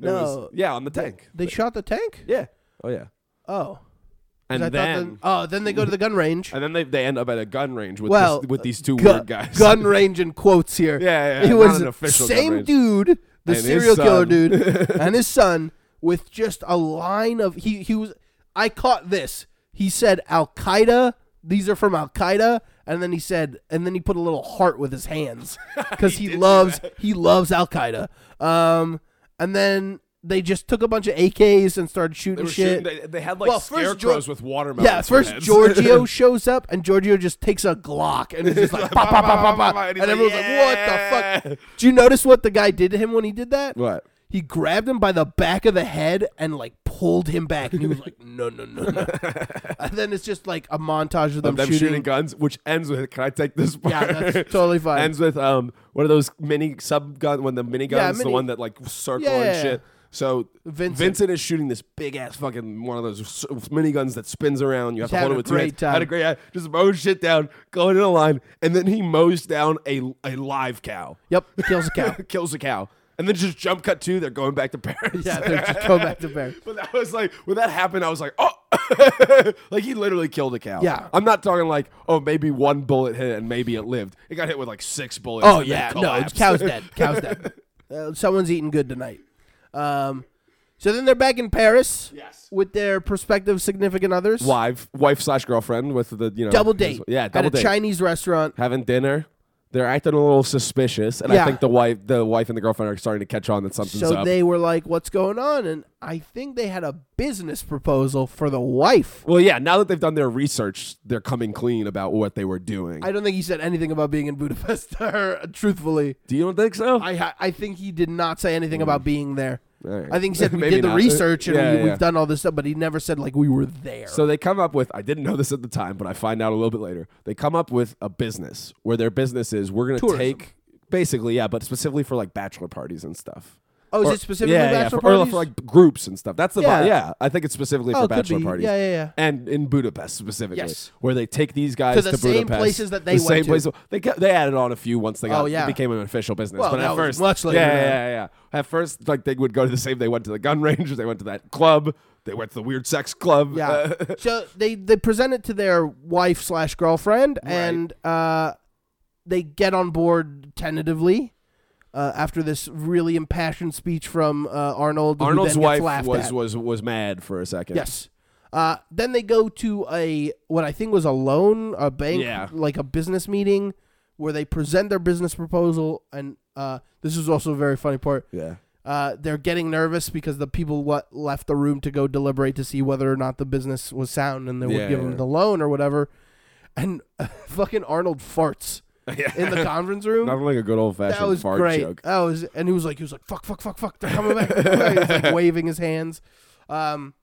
It was- No. yeah, on the tank. they shot the tank. Yeah. Oh yeah. Oh, And 'Cause I thought then, the- oh, then they go to the gun range. and then they, they end up at a gun range with well, this, with these two gu- weird guys. Gun range in quotes here. Yeah, yeah, It not was an the official gun same range. dude, the And his serial killer son. dude, and his son with just a line of he he was. I caught this. He said Al Qaeda. These are from Al Qaeda, and then he said, and then he put a little heart with his hands because he, loves he loves Al Qaeda. Um, and then they just took a bunch of AKs and started They shooting were shit. shooting. They, they had like Well, first Geor- scarecrows with watermelons. Yeah, for first heads. Giorgio shows up, and Giorgio just takes a Glock and is just like, pop, pop, pop, pop, pop, And and, he's like, everyone's "Yeah." like, what the fuck? Do you notice what the guy did to him when he did that? What? He grabbed him by the back of the head and like pulled him back, and he was like, no, no, no, no. and then it's just like a montage of them, Of them shooting. guns, which ends with. Can I take this part? Yeah, that's totally fine. ends with um one of those mini sub gun when the mini Yeah, guns the mini- one that like circle Yeah. and shit. So Vincent. is shooting this big ass fucking one of those s- miniguns that spins around. You have He's to hold it having with a two hands. great time. Had a great time. Just mows shit down, going in a line, and then he mows down a a live cow. Yep, kills a cow. kills a cow. And then just jump cut two, they're going back to Paris. yeah, they're just go back to bed. But that was like when that happened, I was like, oh, like he literally killed a cow. Yeah. I'm not talking like, oh, maybe one bullet hit it and maybe it lived. It got hit with like six bullets. Oh and yeah, then no, collapsed. cow's dead. Cow's dead. Uh, someone's eating good tonight. Um, so then they're back in Paris. Yes. With their prospective significant others. Wife, wife slash girlfriend with the you know Double date. Oh, Yeah, double At a date. Chinese restaurant. Having dinner. They're acting a little suspicious, and Yeah. I think the wife, the wife and the girlfriend are starting to catch on that something's So up. they were like, "What's going on?" And I think they had a business proposal for the wife. well, yeah. Now that they've done their research, they're coming clean about what they were doing. I don't think he said anything about being in Budapest. to her, truthfully, Do you don't think so? I ha- I think he did not say anything about being there. Mm. All right. I think he said we Maybe did the not. research and Yeah, we, yeah. we've done all this stuff, but he never said like we were there. So they come up with, I didn't know this at the time, but I find out a little bit later. They come up with a business where their business is we're going to Tourism. take, basically, yeah, but specifically for like bachelor parties and stuff. oh, is Or- it specifically yeah, bachelor yeah, for, parties? Or for like groups and stuff. That's the Yeah. vibe. Yeah, I think it's specifically Oh, for it could bachelor be. parties. Yeah, yeah, yeah. And in Budapest specifically, Yes. where they take these guys the to, same Budapest, places that they the went same to. Place, they got, they added on a few once they got Oh, yeah. it became an official business. Well, but that at was first, much later Yeah, then. yeah, yeah, yeah. At first, like they would go to the same. They went to the gun range. They went to that club. They went to the weird sex club. Yeah. uh, so they they present it to their wife slash girlfriend, and uh, they get on board tentatively. Uh, after this really impassioned speech from uh, Arnold, who Arnold's then gets wife laughed was, at. was was mad for a second. yes. Uh, then they go to a what I think was a loan, a bank, Yeah. like a business meeting, where they present their business proposal, and uh, this is also a very funny part. Yeah. Uh, they're getting nervous because the people what left the room to go deliberate to see whether or not the business was sound and they would Yeah, give yeah. them the loan or whatever. And fucking Arnold farts in the conference room. Not like a good old that fashioned was fart great. Uh, joke. That was, and he was like, he was like, fuck, fuck, fuck, fuck. They're coming back. He's like waving his hands. Um,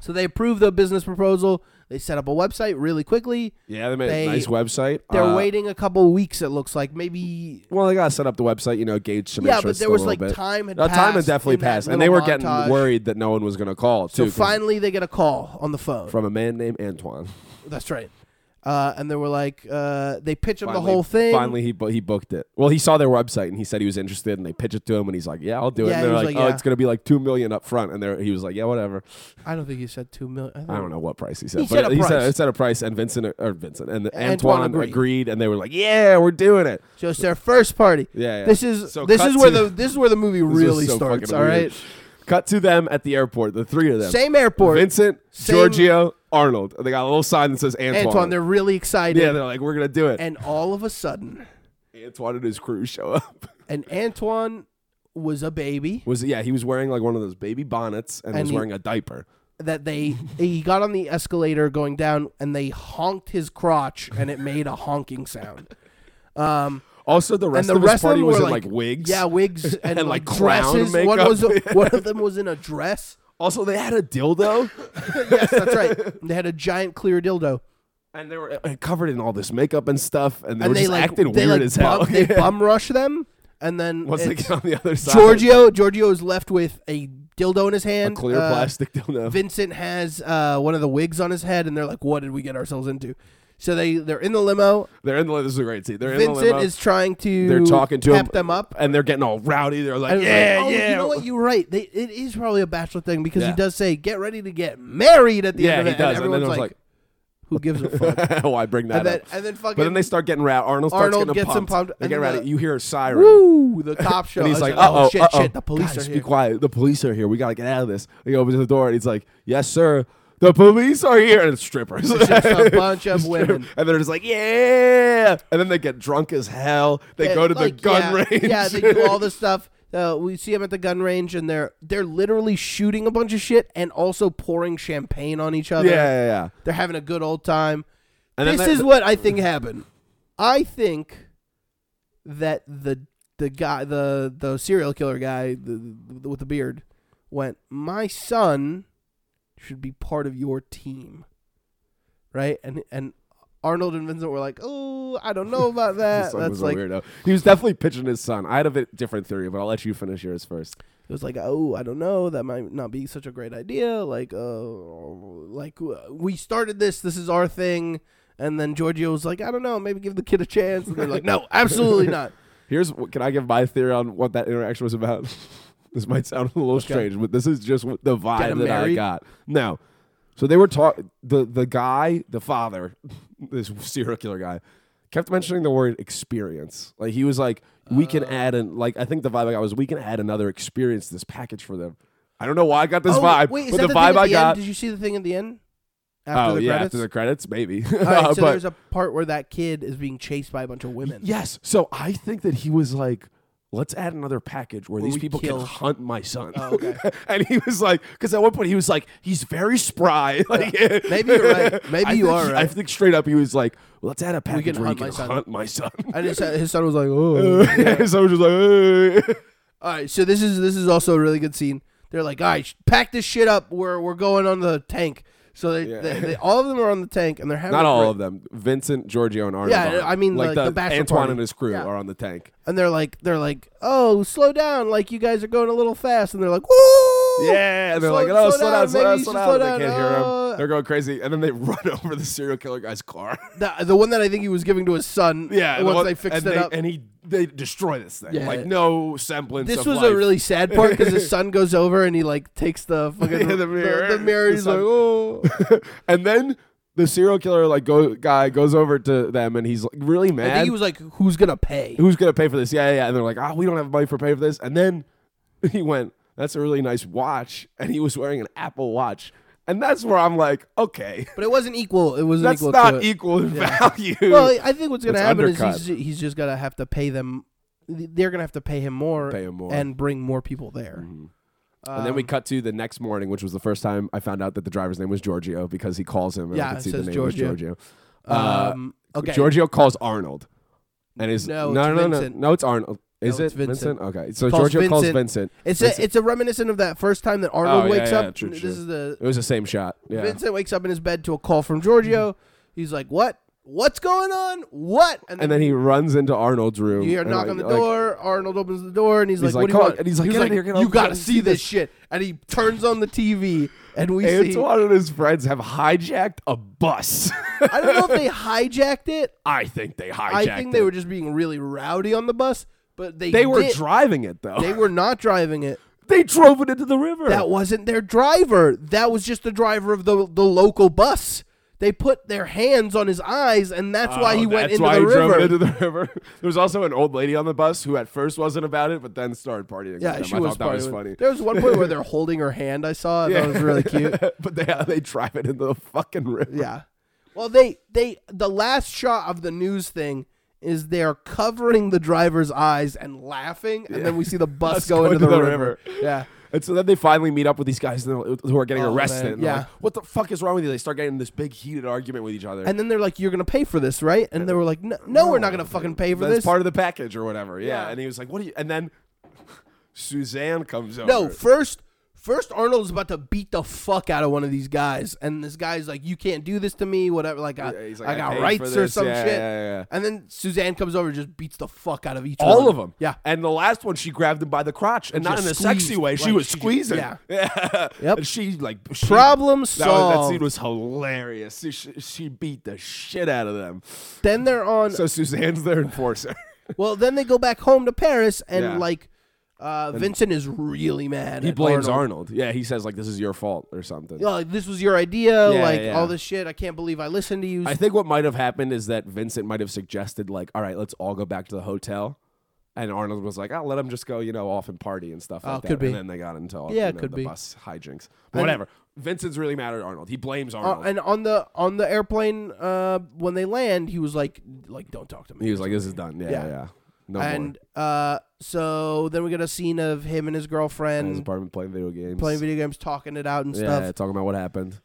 so they approve the business proposal. They set up a website really quickly. Yeah, they made They- a nice website. They're Uh, waiting a couple weeks. It looks like maybe Well, they gotta set up the website, you know, gauge to make Yeah, sure but it's there still a was, little like, bit. time had No, time had passed definitely in that passed, and they were little montage. getting worried that no one was gonna call too. So 'cause- finally, they get a call on the phone. from a man named Antoine. That's right. uh, and they were like, uh, they pitch him Finally- the whole thing. Finally, he bu- he booked it. Well, he saw their website and he said he was interested, and they pitched it to him, and he's like, "Yeah, I'll do it." Yeah, and they're he was like, like, "Oh, yeah." it's gonna be like two million up front," and they're, he was like, "Yeah, whatever." I don't think he said two million. I don't know what price he said, He but said a he said, price. he said a price, and Vincent or Vincent and Antoine, Antoine agreed. agreed. and they were like, "Yeah, we're doing it." So it's their first party. Yeah, yeah. This is So this cut is where to- the this is where the movie This was really so starts. fucking All weird. right. Cut to them at the airport, the three of them. Same airport. Vincent, Same- Giorgio, Arnold. They got a little sign that says Antoine. Antoine, they're really excited. yeah, they're like, "We're gonna do it." and all of a sudden, Antoine and his crew show up. and Antoine was a baby Was yeah, he was wearing like one of those baby bonnets and, And was he- wearing a diaper. that they he got on the escalator going down and they honked his crotch and it made a honking sound. Um, Also, the rest and the of his rest of party them was were in like wigs. Yeah, wigs and, And, like, clown dresses. One makeup. was one of them was in a dress. Also, they had a dildo, Yes, that's right. They had a giant clear dildo. and they were uh, covered in all this makeup and stuff, and they were and they just like acting they weird like as hell. Bum, they Yeah. bum rush them, and then Once they it's- get on the other side, Giorgio Giorgio is left with a dildo in his a hand, clear uh, plastic dildo. Vincent has uh, one of the wigs on his head, and they're like, "What did we get ourselves into?" So they they're in the limo. they're in the. This is a great scene. They're in the Vincent limo. is trying to They're talking to pep him. them up. and they're getting all rowdy. They're like, And it's yeah, like, oh, yeah. You know what? You're right. They, it is probably a bachelor thing because Yeah. he does say, "Get ready to get married" at the Yeah, end of he it, does, and and then everyone's I was like, like- "Who gives a fuck?" Why bring that and then up? and then fucking but then they start getting rowdy. Arnold starts Arnold getting gets them pumped, They and get then rowdy. the- You hear a siren. woo the cop show. And he's I like, was oh, shit, uh-oh. shit, the police Guys, are Be here." quiet. The police are here. We gotta get out of this. He opens the door and he's like, yes, sir. The police are here. And it's strippers. just a bunch of women. And they're just like, yeah. And then they get drunk as hell. They Yeah, go to the like, gun yeah, range. Yeah, they do all this stuff. Uh, we see them at the gun range, and they're they're literally shooting a bunch of shit, and also pouring champagne on each other. yeah, yeah, yeah. they're having a good old time. And then this they- is what I think happened. I think that the the guy the the serial killer guy the, the, with the beard went. My son should be part of your team, right? And and Arnold and Vincent were like, "Oh, I don't know about His that." son That's was like a weirdo. He was definitely pitching his son. I had a bit different theory, but I'll let you finish yours first. it was like, oh, I don't know, that might not be such a great idea. Like, uh, like uh, we started this, this is our thing, and then Giorgio was like, I don't know, maybe give the kid a chance, and they're like, no, absolutely not. Here's can I give my theory on what that interaction was about? this might sound a little strange, but this is just what the vibe him that I married? got. No. So they were talk the the guy, the father, this serial killer guy, kept mentioning the word experience. Like he was like, we Oh. can add an like I think the vibe I got was we can add another experience to this package for them. I don't know why I got this Oh, vibe, Wait, is but that the, the, thing vibe at I the got. End? Did you see the thing at the end? After oh the yeah, credits? after the credits, maybe. All right, so But- there's a part where that kid is being chased by a bunch of women. Yes. So I think that he was like, let's add another package where these we people kill- can hunt my son. Oh, okay. and he was like, because at one point he was like, he's very spry. Like, Maybe you're right. Maybe I you think are he- I right. think straight up he was like, let's add a package can where hunt you my can son. hunt my son. And his, his son was like, oh. so I was just like, "Hey." All right, so this is this is also a really good scene. They're like, "All right, sh- pack this shit up. We're we're going on the tank." So they, Yeah. they, they all of them are on the tank, and they're having not a all great- of them. Vincent, Giorgio, and Arnold. Yeah, are. I mean, like like, the bachelor Antoine party. and his crew Yeah. are on the tank. and they're like they're like, "Oh, slow down! Like you guys are going a little fast," and they're like, "Woo!" Yeah, and they're Slow- like, oh, slow slow down, down, slow maybe down, you slow should down. slow They down, can't hear uh, him. They're going crazy, and then they run over the serial killer guy's car. The, the one that I think he was giving to his son. Yeah, and once what- they fixed and it they- up. and he they destroy this thing. Yeah. Like no semblance. this of was life. a really sad part because his son goes over and he like takes the fucking Yeah, the mirror. The, mirror The he's son- like, "Oh." and then the serial killer like go guy goes over to them and he's like, really I mad. think he was like, "Who's gonna pay?" Who's gonna pay for this? Yeah, yeah. yeah. And they're like, oh, we don't have money for pay for this. And then he went, that's a really nice watch, and he was wearing an Apple Watch, and that's where I'm like, okay, But it wasn't equal. It wasn't that's equal. to not it. equal in value. Well, I think what's going to It's happen undercut. is he's, he's just going to have to pay them. They're going to have to pay him more, Pay him more. Mm-hmm. and bring more people there. Um, and then we cut to the next morning, which was the first time I found out that the driver's name was Giorgio because he calls him. And Yeah, I could it see the says name Giorgio. was Giorgio. Uh, Um, okay. Giorgio calls Arnold, and is No, no, it's no, no, Vincent. no, it's Arnold. Is No, it it's Vincent. Okay, so Calls Giorgio calls Vincent. Vincent. It's Vincent- a it's a reminiscent of that first time that Arnold Oh, yeah, wakes yeah, up. true, this true. is the It was the same shot. Yeah, Vincent wakes up in his bed to a call from Giorgio. He's like, "What?" What's going on? What? And then he runs into Arnold's room. You hear a and, knock like- on the like, door. Arnold opens the door, and he's, He's like, like, "What do you "Come want?" on," and he's like, "Get out of here, get out "You of gotta here, see this shit." And he turns on the TV, and we see. Antoine and his friends have hijacked a bus. I don't know if they hijacked it. I think they hijacked. I think they it. were just being really rowdy on the bus, but they They were did- driving it though. they were not driving it. They drove it into the river. That wasn't their driver. That was just the driver of the the local bus. They put their hands on his eyes, and that's why Oh, he went that's into why the he drove river. into the river. There was also an old lady on the bus who at first wasn't about it, but then started partying. with yeah, them. she I was, thought that was probably- funny. There was one point where they're holding her hand. I saw it. That was really cute. but they they drive it into the fucking river. Yeah. Well, they they the last shot of the news thing is they're covering the driver's eyes and laughing, and then we see the bus Bus go going into the, to the river. river. Yeah. And so then they finally meet up with these guys and they're- who are getting Oh, arrested. man, and they're yeah. like, what the fuck is wrong with you? They start getting in this big heated argument with each other. And then they're like, "You're gonna pay for this, right?" And they were like, "No, no we're not gonna fucking pay for That's this." part of the package or whatever. Yeah. Yeah. And he was like, what are you? And then Suzanne comes over. no, first, first Arnold's about to beat the fuck out of one of these guys, and this guy's like, "You can't do this to me, whatever." Like, I, Yeah, he's like, I "I got paid for rights or this." some Yeah, shit. yeah, yeah. And then Suzanne comes over, and just beats the fuck out of each All one. of them. Yeah. And the last one, she grabbed him by the crotch and, not in just a sexy squeezed, way. She like, was she- squeezing. yeah. Yeah. Yep. And she, like, she, That, Problem was- that solved. scene was hilarious. She, she, she beat the shit out of them. Then they're on So Suzanne's their enforcer. Well, then they go back home to Paris, and Yeah. like uh, Vincent is really mad. he at blames Arnold. Yeah. He says, like, this is your fault or something. Yeah, like, this was your idea. Yeah, like yeah. all this shit. I can't believe I listened to you. I think what might have happened is that Vincent might have suggested, like, all right, let's all go back to the hotel. And Arnold was like, I'll let him just go, you know, off and party and stuff like that. could be. And then they got into all Yeah, you know, could the be. bus hijinks. But whatever. Vincent's really mad at Arnold. He blames Uh, Arnold. and on the on the airplane, uh, when they land, he was like, like don't talk to me. he was like, this is done. Yeah, Yeah. yeah. yeah. No more. and uh, so then we get a scene of him and his In his girlfriend apartment playing video games. playing video games, talking it out and yeah, stuff. talking about what happened.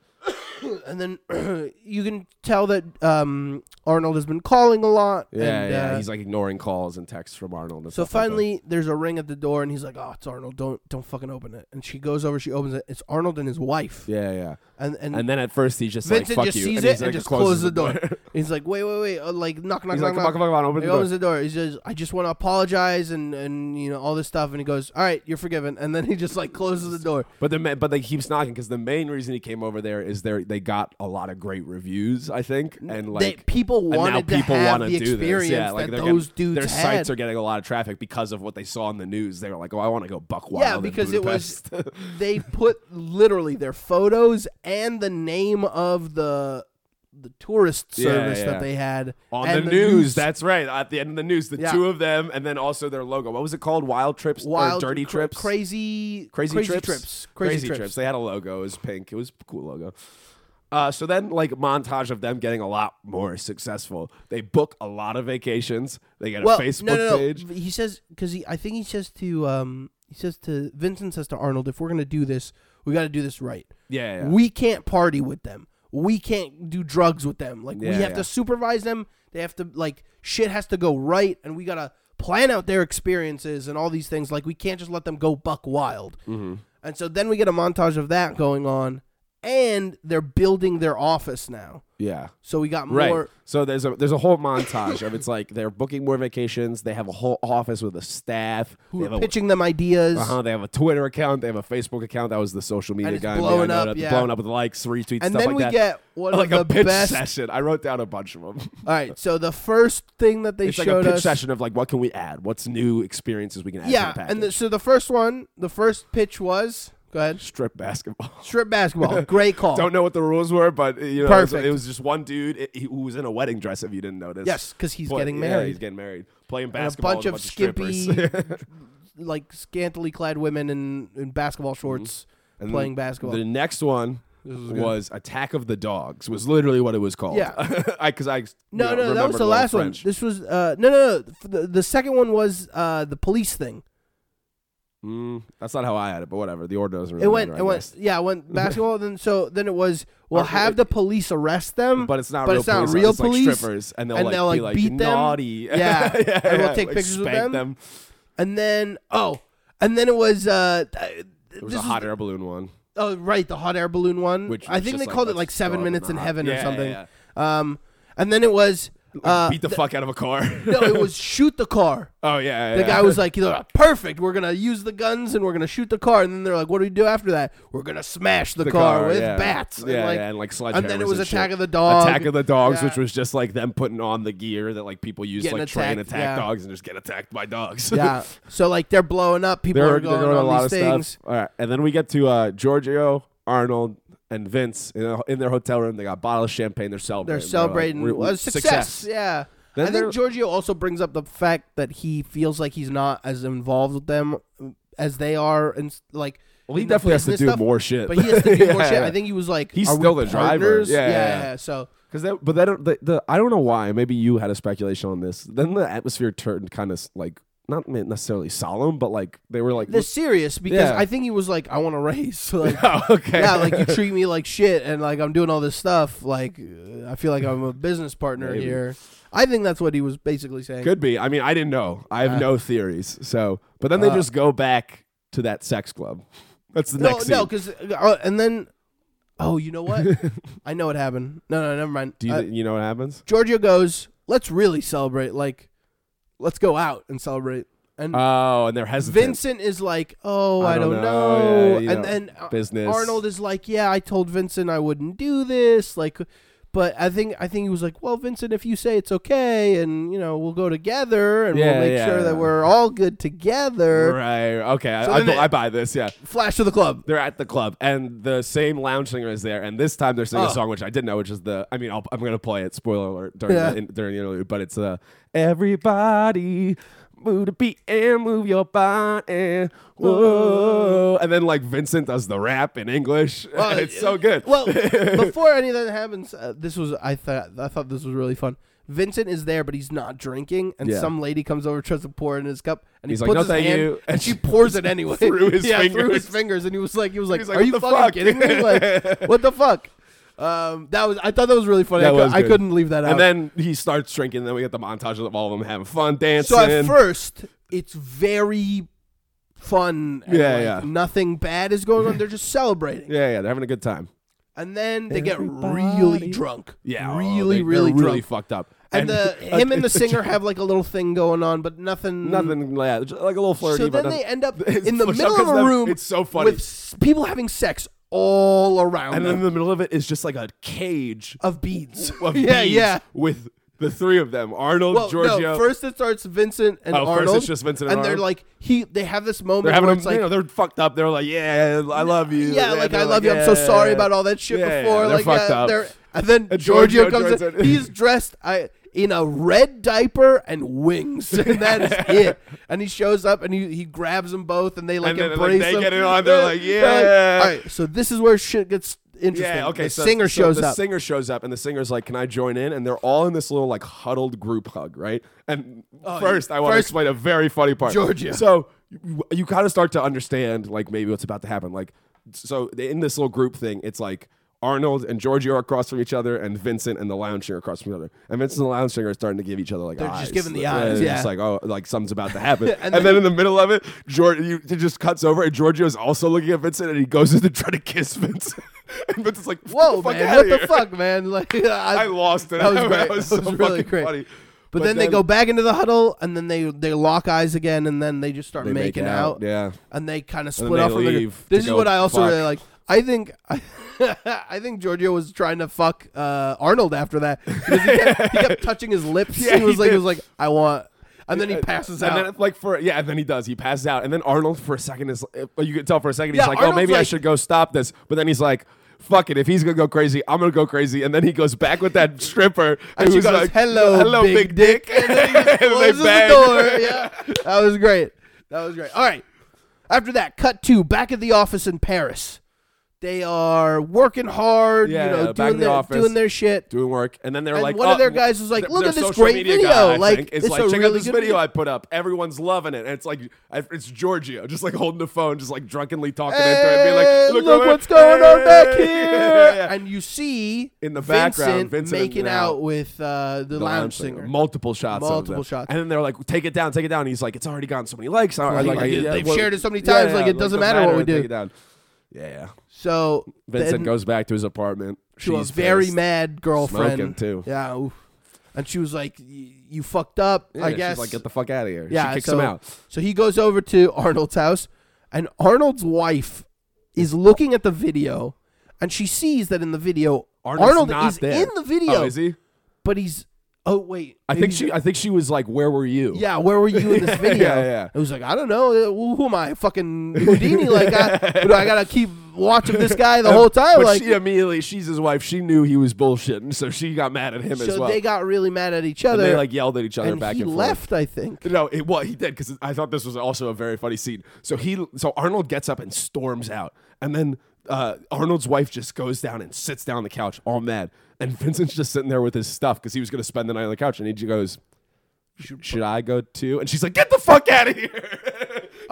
and then you can tell that um, Arnold has been calling a lot. Yeah, and, yeah. uh, he's like ignoring calls and texts from Arnold. And So stuff like that. finally, there's a ring at the door, and he's like, "Oh, it's Arnold. Don't don't fucking open it." And she goes over, she opens it. It's Arnold and his wife. yeah, yeah. And and, And then at first he's just Vincent like, fuck just you. sees and it he's and like, just closes the door. he's like, "Wait, wait, wait!" Uh, like knock, knock, He's like, knock, come on, knock. come on, come on, open the He door. opens the door. He says, "I just want to apologize and and you know all this stuff." And he goes, "All right, you're forgiven." And then he just like closes the door. But the ma- but they keeps knocking because the main reason he came over there is they they got a lot of great reviews I think and like They- people and now wanted to people have wanna the do this yeah experience like that they're getting- those dudes their sites had. are getting a lot of traffic because of what they saw in the news they were like oh I want to go buck wild Yeah, in because it was Budapest." they put literally their photos and the name of the the tourist Yeah, service yeah. that they had on and the, news, that's right at the end of the news the Yeah. two of them and then also their logo what was it called Wild Trips wild, or Dirty cra- Trips crazy, Crazy, trips? crazy, trips. trips. They had a logo. It was pink. It was a cool logo. Uh, so then, like montage of them getting a lot more successful. They book a lot of vacations. They get Well, a Facebook no, no, no. page. He says because he, I think he says to, um, he says to Vincent says to Arnold, if we're gonna do this, we got to do this right. Yeah, yeah. we can't party with them. We can't do drugs with them. Like we Yeah, have yeah. to supervise them. They have to like shit has to go right, and we gotta plan out their experiences and all these things. Like we can't just let them go buck wild. Mm-hmm. And so then we get a montage of that going on, and they're building their office now. yeah. So we got Right. more. so there's a there's a whole montage of it's like they're booking more vacations. They have a whole office with a staff. Who they have are a- pitching them ideas. Uh-huh, they have a Twitter account. They have a Facebook account. That was the social media it's guy. maybe I blowing know up, that, yeah. Blowing up with likes, retweets, And stuff then like we that. get one like of a the pitch best- session. I wrote down a bunch of them. All right. So the first thing that they it's like a showed pitch us. session of like what can we add? What's new experiences we can add? yeah, to the package? and the, so the first one, the first pitch was go ahead. strip basketball. Strip basketball. Great call. Don't know what the rules were, but uh, you know, it was- Perfect. It, was, just one dude i- he- who was in a wedding dress. If you didn't notice, Yes, 'cause he's Play- getting yeah, married. he's getting married, playing and a basketball. bunch with of strippers. skimpy, like scantily clad women in, in basketball shorts Mm-hmm. And playing then basketball. The next one was Attack of the Dogs. Was literally what it was called. Yeah. because I, no, you know, no, that was remembered the a little last French. one. This was uh, no, no, no. F- The, the second one was uh, the police thing. Mm, that's not how I had it, but whatever. The order doesn't really It went, matter, I it went, guess. yeah, it went basketball. then so then it was we'll Or- have the police arrest them, But it's not but real it's not police. real it's like police, strippers, and they'll and like, they'll, be like, like beat them. naughty. Yeah, and we'll yeah, take like, pictures with spank them. and then oh, and then it was uh, th- It was this a is hot air balloon one. Oh right, the hot air balloon one. Which I was think just they like, called let's it like go up seven in minutes the in hot- heaven Yeah, or yeah, something. Um, And then it was uh, Beat the fuck out of a car. no, it was shoot the car. oh yeah, yeah. The guy was like, you know, perfect. We're gonna use the guns and we're gonna shoot the car. And then they're like, what do we do after that? We're gonna smash the, The car, with yeah. bats. And yeah, like, yeah, and like sledgehammers. and then it was and shit. Attack of the Dog. Attack of the Dogs, Yeah. which was just like them putting on the gear that like people use to, Getting like train attacked, attack yeah. dogs and just get attacked by dogs. yeah. So like they're blowing up. People they're, are going they're doing on a lot these of things. stuff. All right, and then we get to uh, Giorgio, Arnold, and Vince in, a, in their hotel room. They got bottles of champagne. They're celebrating. They're like, celebrating "We're- we're- a success. Yeah. Then I they're- think Giorgio also brings up the fact that he feels like he's not as involved with them uh, as they are, and s- like Well, he in the definitely has to business do stuff, more shit. But he has to do more Yeah, shit. yeah. I think he was like, He's "Are we still the driver." partners?" Yeah, Yeah, yeah, yeah, yeah. yeah. So Cause that, but that the, the I don't know why. Maybe you had a speculation on this. Then the atmosphere turned kind of like not necessarily solemn, but like they were like, they're serious because Yeah. I think he was like, "I want to race." Like, oh, okay, yeah, like you treat me like shit, and like I'm doing all this stuff. Like, uh, I feel like I'm a business partner Maybe. here. I think that's what he was basically saying. could be. I mean, I didn't know. I have no theories. So, but then they Uh. just go back to that sex club. That's the No, next. no, scene. because uh, and then, oh, you know what? I know what happened. No, no, never mind. Do you Uh, you know what happens? Giorgio goes. Let's really celebrate. Like, let's go out and celebrate. And Oh, and they're hesitant. Vincent is like, oh, I, I don't, don't know. know. Yeah, you know, and then uh, business. Arnold is like, yeah, I told Vincent I wouldn't do this. Like, but I think I think he was like, well, Vincent, if you say it's okay, and you know, we'll go together, and Yeah, we'll make yeah, sure that yeah. we're all good together. Right. Okay. I- So I, then bu- they- I buy this. Yeah. Flash to the club. They're at the club, and the same lounge singer is there. And this time they're singing Oh. a song which I didn't know, which is the. I mean, I'll, I'm going to play it. Spoiler alert during Yeah. the in, during the interlude, but it's uh, everybody move the beat and move your Oh. body. Whoa. And then like Vincent does the rap in English. Well, and it's so good. Well, before any of that happens, uh, this was I thought I thought this was really fun. Vincent is there, but he's not drinking, and Yeah. some lady comes over, tries to pour it in his cup, and he He's puts like, "No, his thank hand, you." and, she pours it anyway Through his yeah, through his fingers. fingers, and he was like, he was like, He's like, "Are "What you the fucking fuck?" kidding me? Like, what the fuck?" Um, that was I thought that was really funny. I, That cou- was I good. couldn't leave that out. and then he starts drinking. And then we get the montage of all of them having fun dancing. so at first, it's very fun. and, Yeah, like, yeah. Nothing bad is going on. They're just celebrating. yeah, yeah, they're having a good time. and then they get really Everybody. drunk. Yeah, oh, really, they- really they're drunk. really fucked up. and the him and the singer have like a little thing going on, but nothing. nothing yeah, just like a little flirty. Mm. So but then they nothing- end up It's in the fucked up middle of 'cause a then room. It's so funny. with s- people having sex all around and then in them the middle of it is just like a cage of beads. of yeah, bees yeah. with the three of them Arnold, Well, Giorgio. no. First it starts Vincent and Oh, first Arnold. it's just Vincent and they're Arnold? like he. They have this moment they're having where a, it's like. you know, they're fucked up. They're like, yeah, I love you. yeah, And like they're I love you. I'm so yeah. sorry about all that shit Yeah, yeah, before. they're like fucked uh, up. they're- and then And Giorgio, Giorgio comes joins in. in. He's dressed I, in a red diaper and wings, and that is it. And he shows up and he, he grabs them both, and they like And then, like, embrace they him. get it on, they're like, yeah. all right, so this is where shit gets interesting. Yeah, okay. The so, singer so shows the up. singer shows up, and the singer's like, "Can I join in?" And they're all in this little like huddled group hug, right? And first, I want to Oh, first- explain a very funny part. Georgia. So you, you kind of start to understand like maybe what's about to happen. Like, so in this little group thing, it's like. Arnold and Giorgio are across from each other, and Vincent and the lounge singer across from each other. And Vincent and the lounge singer are starting to give each other like They're eyes. just giving the Like, eyes, they're yeah. just like oh, like something's about to happen. and, And then, in the middle of it, George, you, it just cuts over, and Giorgio's also looking at Vincent, and he goes in to try to kiss Vincent. and Vincent's like, Whoa, fuck man! outta What the here. fuck, man? Like I, I lost it. That was great. That was, That was so really fucking great. funny. But, then, they go back into the huddle, and then they they lock eyes again, and then they just start They make making out, out. yeah. and they kind of then split they off. From the, leave this to is go what I also fuck. really like. I think I, think Giorgio was trying to fuck uh, Arnold after that because he kept, he kept touching his lips. Yeah, he was he like, he did. was like, I want, and then he passes And out. then it's like for yeah, and then he does. He passes out, and then Arnold for a second is. But you can tell for a second he's Yeah, like, Arnold's "Oh, maybe I like- should go stop this." But then he's like, "Fuck it! If he's gonna go crazy, I'm gonna go crazy." And then he goes back with that stripper, and she who's goes, like, "Hello, hello, big big, dick," and then he And just they closes the bang. door. Yeah, that was great. That was great. All right. After that, cut two. Back at the office in Paris, they are working hard. Yeah, you know, yeah, doing back in the their office. doing their shit. doing work, and then they're And like, one of oh, their guys was like, th- "Look their at this social great media video, guy, I like, think, it's is a like, check really out this good video video." I put up. Everyone's loving it, and it's like, I, it's Giorgio, just like holding the phone, just like drunkenly talking into it, being Hey, like, look, "Look, over- what's going on back Hey. here. Yeah, yeah. And you see In the background, Vincent, Vincent and making Lau- out with uh, the, The lounge, lounge singer. multiple shots, of Multiple them. shots. And then they're like, "Take it down, take it down." And he's like, "It's already gotten so many likes. I, I, Like, like, I- they've yeah, what- shared it so many yeah, times, yeah, like, it doesn't matter what we take do. it down. Yeah, yeah. so Vincent then goes back to his apartment. to a She's very pissed. mad girlfriend. Smoking, too. Yeah. oof. and she was like, "Y- "You fucked up." Yeah, I she's guess. like get the fuck out of here. yeah, she kicks so, him out. So he goes over to Arnold's house, and Arnold's wife is looking at the video, and she sees that in the video, Arnold's Arnold not is there. in the video, Oh, is he? but he's. Oh wait, I maybe think she. I think she was like, "Where were you?" Yeah, where were you in this video? yeah, yeah. It was like, I don't know. uh, Who, who am I? Fucking Houdini? like, I, do I gotta keep watching this guy the whole time? But like, she immediately, she's his wife. She knew he was bullshitting, so she got mad at him as so well. they got really mad at each and other. they like yelled at each other and back he and forth. left, I think. No, it well he did because I thought this was also a very funny scene. So he so Arnold gets up and storms out, and then uh, Arnold's wife just goes down and sits down on the couch, all mad. And Vincent's just sitting there with his stuff because he was going to spend the night on the couch, and he just goes, "Sh- "Should I go too?" And she's like, "Get the fuck out of here!"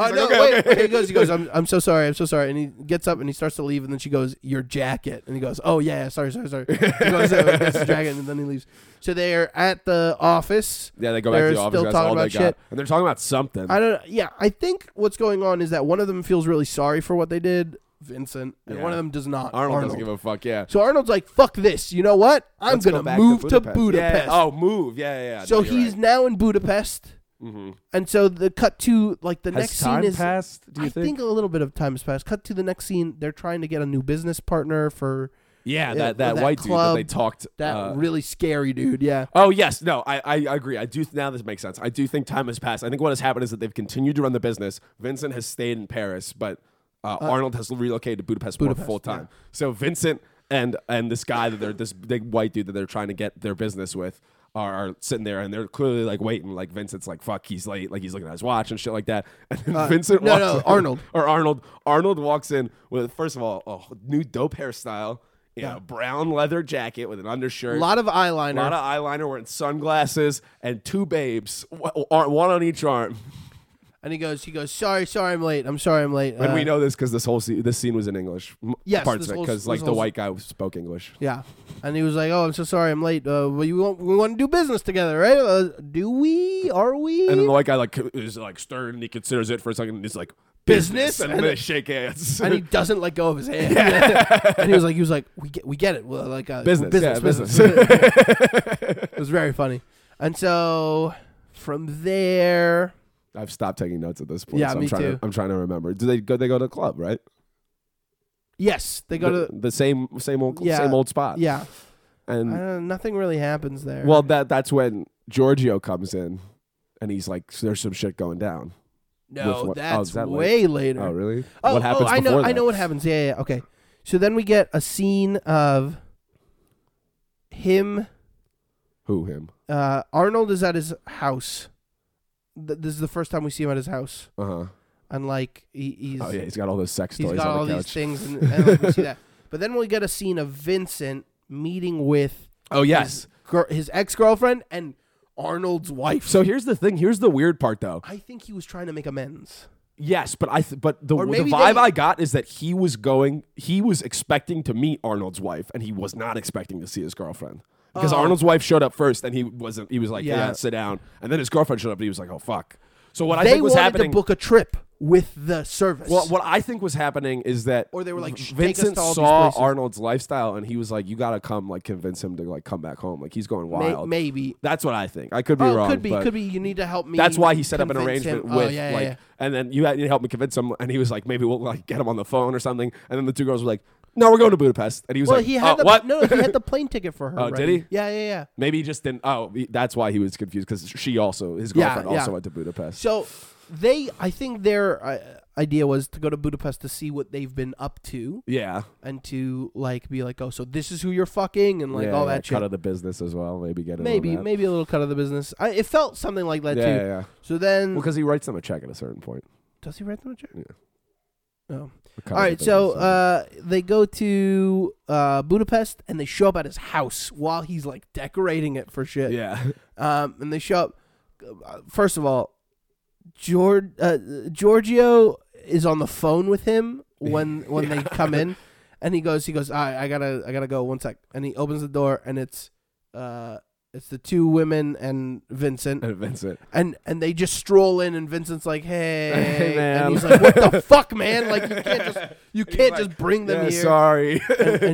Oh He's no! like, "Okay, wait, okay." wait, He goes. He goes. I'm, I'm so sorry. I'm so sorry. And he gets up and he starts to leave. And then she goes, "Your jacket." And he goes, "Oh yeah, yeah, sorry, sorry, sorry." He goes, uh, gets his jacket, and then he leaves. So they are at the office. Yeah, they go back They're to the office. Still That's talking all about they got, shit. and they're talking about something. I don't. Yeah, I think what's going on is that one of them feels really sorry for what they did, Vincent, and Yeah. one of them does not. Arnold, Arnold, doesn't give a fuck. Yeah, so Arnold's like, "Fuck this! You know what? I'm Let's go gonna back move to Budapest." Budapest. Yeah. Oh, move. Yeah, yeah. yeah. so No, you're he's right. now in Budapest, Mhm. and so the cut to like the Has next time scene is. passed. Do you I think? a little bit of time has passed. Cut to the next scene. They're trying to get a new business partner for Yeah, uh, that that, that white club, dude that they talked that uh, really scary dude. Yeah. Oh yes, no, I, I agree. I do now this makes sense. I do think time has passed. I think what has happened is that they've continued to run the business. Vincent has stayed in Paris, but uh, Arnold has relocated to Budapest, more Budapest, full time. So Vincent and and this guy that they're this big white dude that they're trying to get their business with are, are sitting there and they're clearly like waiting. Like Vincent's like fuck, he's late. Like he's looking at his watch and shit like that. And then Vincent Uh, no, walks no, in- Arnold. or Arnold Arnold walks in with first of all a new dope hairstyle. Yeah, a brown leather jacket with an undershirt. A lot of eyeliner. A lot of eyeliner, wearing sunglasses, and two babes, wh- ar- one on each arm. and he goes, he goes, sorry, sorry, I'm late. I'm sorry, I'm late. And Uh, we know this because this whole scene, this scene was in English. m- Yes, parts this of it whole- because this like the whole- white guy spoke English. Yeah. And he was like, "Oh, I'm so sorry, I'm late. Uh, we want we want to do business together, right? Uh, do we? Are we?" And then the white guy like c- is like stern and he considers it for a second and he's like Business? and, And they it- shake hands. And he doesn't let go of his hand. and he was like, "He was like, we get we get it. Well, like uh, business, yeah, business. it was very funny. And so from there, I've stopped taking notes at this point. Yeah, so I'm me trying too. To, I'm trying to remember. Do they go? They go to a club, right? yes, they go the, to the same same old Yeah. same old spot. yeah. and Uh, nothing really happens there. well, that that's when Giorgio comes in, and he's like, "There's some shit going down." no, with what- oh, that's is that way later. Oh, really? Oh, what oh, happens I know. before I that? know what happens. Yeah, yeah, yeah. Okay. So then we get a scene of him. Who him? Uh, Arnold is at his house. Th- this is the first time we see him at his house, Uh huh. and like he, he's Oh yeah, he's got all those sex he's toys got on all the these couch. things, and, and like, we see that. But then we get a scene of Vincent meeting with oh yes. gir- his ex girlfriend and Arnold's wife. So here's the thing. Here's the weird part, though. I think he was trying to make amends. Yes, but I th- but the, Or the maybe vibe they- I got is that he was going. He was expecting to meet Arnold's wife, and he was not expecting to see his girlfriend because Oh. Arnold's wife showed up first, and he wasn't. He was like, "Yeah, Yeah. sit down," and then his girlfriend showed up, and he was like, "Oh fuck." So what I they think was wanted happening. to book a trip with the service. Well, what I think was happening is that, Or they were like, "Shh, take us Vincent to all these saw places." Arnold's lifestyle, and he was like, "You gotta come, like, convince him to like come back home. Like, he's going May- wild." maybe That's what I think. I could be Oh, wrong. could be, but could be. You need to help me. That's why he set up an convince him- arrangement oh, with, yeah, yeah, like, yeah. and then you had you helped me convince him, and he was like, maybe we'll like get him on the phone or something. And then the two girls were like, "No, we're going to Budapest," and he was Well, like, he had "Oh, the what? no, he had the plane ticket for her. Oh, did already. he? Yeah, yeah, yeah. maybe he just didn't. Oh, he- that's why he was confused because she also his Yeah, girlfriend also yeah. went to Budapest. So they, I think their uh, idea was to go to Budapest to see what they've been up to yeah, and to like be like, oh, so this is who you're fucking and like yeah, all yeah, that cut shit. of the business as well. Maybe get in on Maybe, that. maybe a little cut of the business. I, it felt something like that yeah, too. yeah, yeah. So then, Well, because he writes them a check at a certain point. does he write them a check? Yeah. No. A cut of All the right, so business. uh, they go to uh, Budapest and they show up at his house while he's like decorating it for shit. yeah, Um, and they show up. uh, First of all, George, uh, Giorgio is on the phone with him when when they come in, and he goes, he goes, I I gotta I gotta go one sec, and he opens the door and it's uh It's the two women and Vincent. and Vincent. and and they just stroll in, and Vincent's like, "Hey," Hey, and man. he's like, "What the fuck, man? Like you can't just you can't just bring them Yeah, here." sorry, and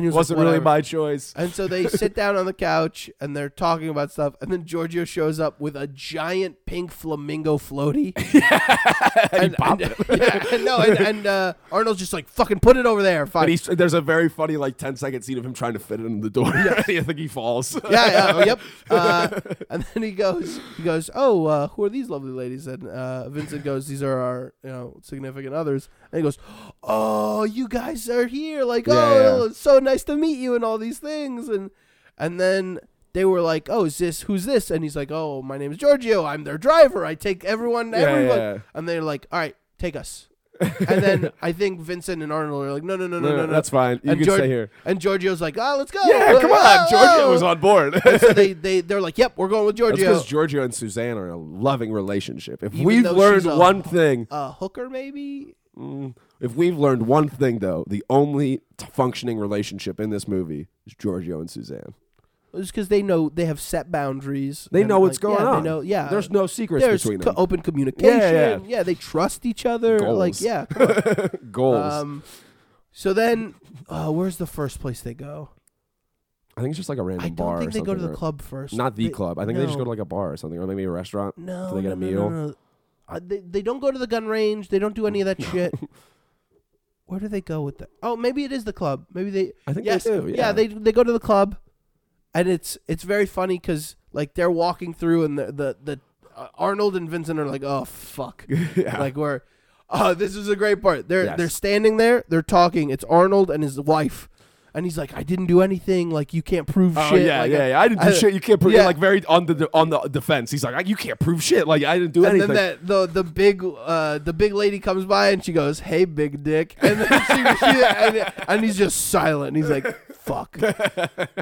he was like, wasn't really my "Whatever." choice. And so they sit down on the couch and they're talking about stuff, and then Giorgio shows up with a giant pink flamingo floaty. and, and- yeah, and no, and, and uh, Arnold's just like, "Fucking put it over there." Fine. And he's, there's a very funny like 10 second scene of him trying to fit it in the door. Yeah. I think he falls. yeah, yeah, oh, yep. Uh, and then he goes, he goes, oh, uh, who are these lovely ladies? And uh, Vincent goes, these are our, you know, significant others. And he goes, oh, you guys are here, like, oh, yeah. it's so nice to meet you, and all these things, and and then they were like, oh, is this who's this? And he's like, oh, my name is Giorgio. I'm their driver. I take everyone, everyone. yeah. And they're like, all right, take us. and then I think Vincent and Arnold are like, no, no, no, no, No, no, no, no. that's fine. You and can Gior- stay here. And Giorgio's like, oh, let's go. yeah, come Oh, on. Giorgio oh." was on board. And so they they they're like, "Yep, we're going with That's Giorgio." because Giorgio and Suzanne are in a loving relationship. If Even we've though learned she's a- one thing, A hooker, maybe. if we've learned one thing though, the only t- functioning relationship in this movie is Giorgio and Suzanne. It's because they know they have set boundaries. They and, know what's like, going yeah, on. They know, yeah. there's no secrets there's between co- them. open communication. Yeah, yeah. they trust each other. Like, Goals. yeah. oh, Goals. um, so then, uh, where's the first place they go? I think it's just like a random I bar. don't think or they go to something, the or- club first. Not the They- club. I think they just go no. to like a bar or something, or maybe a restaurant. No, Do they get no, a no, meal? No, no. Uh, they, they don't go to the gun range. They don't do any of that shit. Where do they go with that? Oh, maybe it is the club. Maybe they. I think they yes, do, Yeah. yeah. they they go to the club, and it's it's very funny because like they're walking through and the the, the uh, Arnold and Vincent are like, oh fuck, Yeah. like we're. Oh, this is a great part. They're Yes. they're standing there. They're talking. It's Arnold and his wife, and he's like, "I didn't do anything. Like you can't prove Oh shit." yeah, like, yeah, yeah. I didn't do shit. You can't prove. yeah. You're like very on the on the defense. He's like, I, you can't prove shit. Like I didn't do and anything. then that the the big uh, the big lady comes by and she goes, "Hey, big dick," and then she, she- and, and he's just silent. He's like, "Fuck."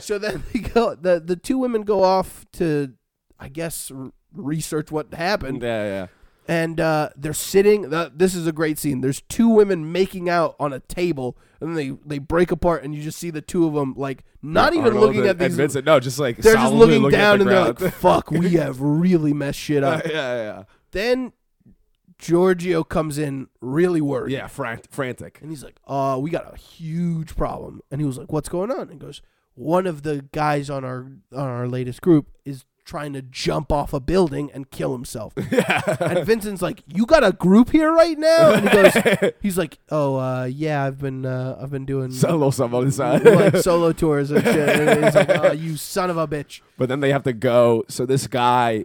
so then they go. the The two women go off to, I guess, r- research what happened, yeah, yeah. and uh, they're sitting. th this is a great scene. There's two women making out on a table, and then they they break apart, and you just see the two of them like not even Arnold looking and- at these. and Vincent. No, just like They're just solemnly looking, at down, the and they're like, ground. "Fuck, we have really messed shit up." yeah, yeah, then Giorgio comes in really yeah. worried. Yeah, frant- frantic. And he's like, "Uh, we got a huge problem." And he was like, "What's going on?" And he goes, "One of the guys on our on our latest group is trying to jump off a building and kill himself." and Vincent's like, "You got a group here right now?" And he goes, "He's like, oh uh, yeah, I've been uh, I've been doing So a little something on the side. like solo tours and shit." And he's like, oh, "You son of a bitch." but then they have to go. So this guy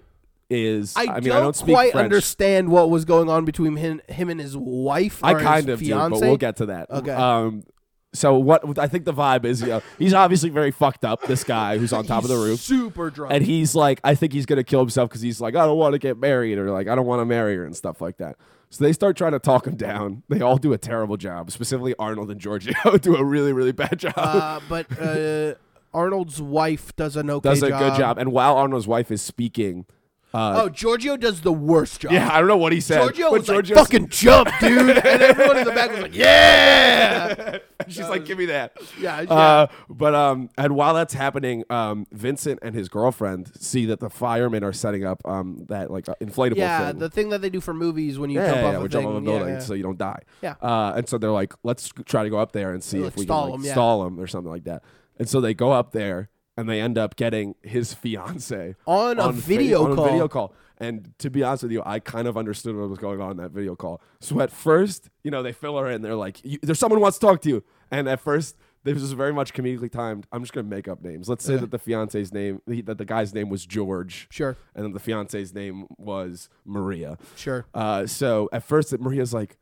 is. I, I, mean, don't I don't speak quite French. understand what was going on between him, him and his wife. I or kind his of fiance. do, but we'll get to that. Okay. Um, so what I think the vibe is, you know, he's obviously very fucked up. This guy who's on top of the He's roof. Super drunk. and he's like, I think he's gonna kill himself because he's like, I don't want to get married or like, I don't want to marry her and stuff like that. So they start trying to talk him down. They all do a terrible job. Specifically, Arnold and Giorgio do a really, really bad job. uh, but uh, Arnold's wife does an okay Does a job. good job. And while Arnold's wife is speaking, oh, Giorgio does the worst job. yeah, I don't know what he said. Giorgio but was Giorgio's- like, "Fucking jump, dude!" and everyone in the back was like, Uh, "Yeah." She's like, give me that. Yeah, Uh, but um, and while that's happening, um, Vincent and his girlfriend see that the firemen are setting up um that like uh, inflatable Yeah, thing. the thing that they do for movies when you yeah, jump yeah, off yeah, a we thing, jump off a building yeah, yeah. so you don't die. Yeah. Uh, and so they're like, let's try to go up there and see Like, if we stall can like, 'em, yeah. stall him or something like that. And so they go up there and they end up getting his fiance On a video on call. video call. And to be honest with you, I kind of understood what was going on in that video call. So at first, you know, they fill her in. They're like, "You- "There's someone who wants to talk to you." And at first, this was very much comedically timed. I'm just gonna make up names. Let's say that the fiance's name, he- that the guy's name was George. Sure. And then the fiance's name was Maria. Sure. Uh, so at first, it- Maria's like,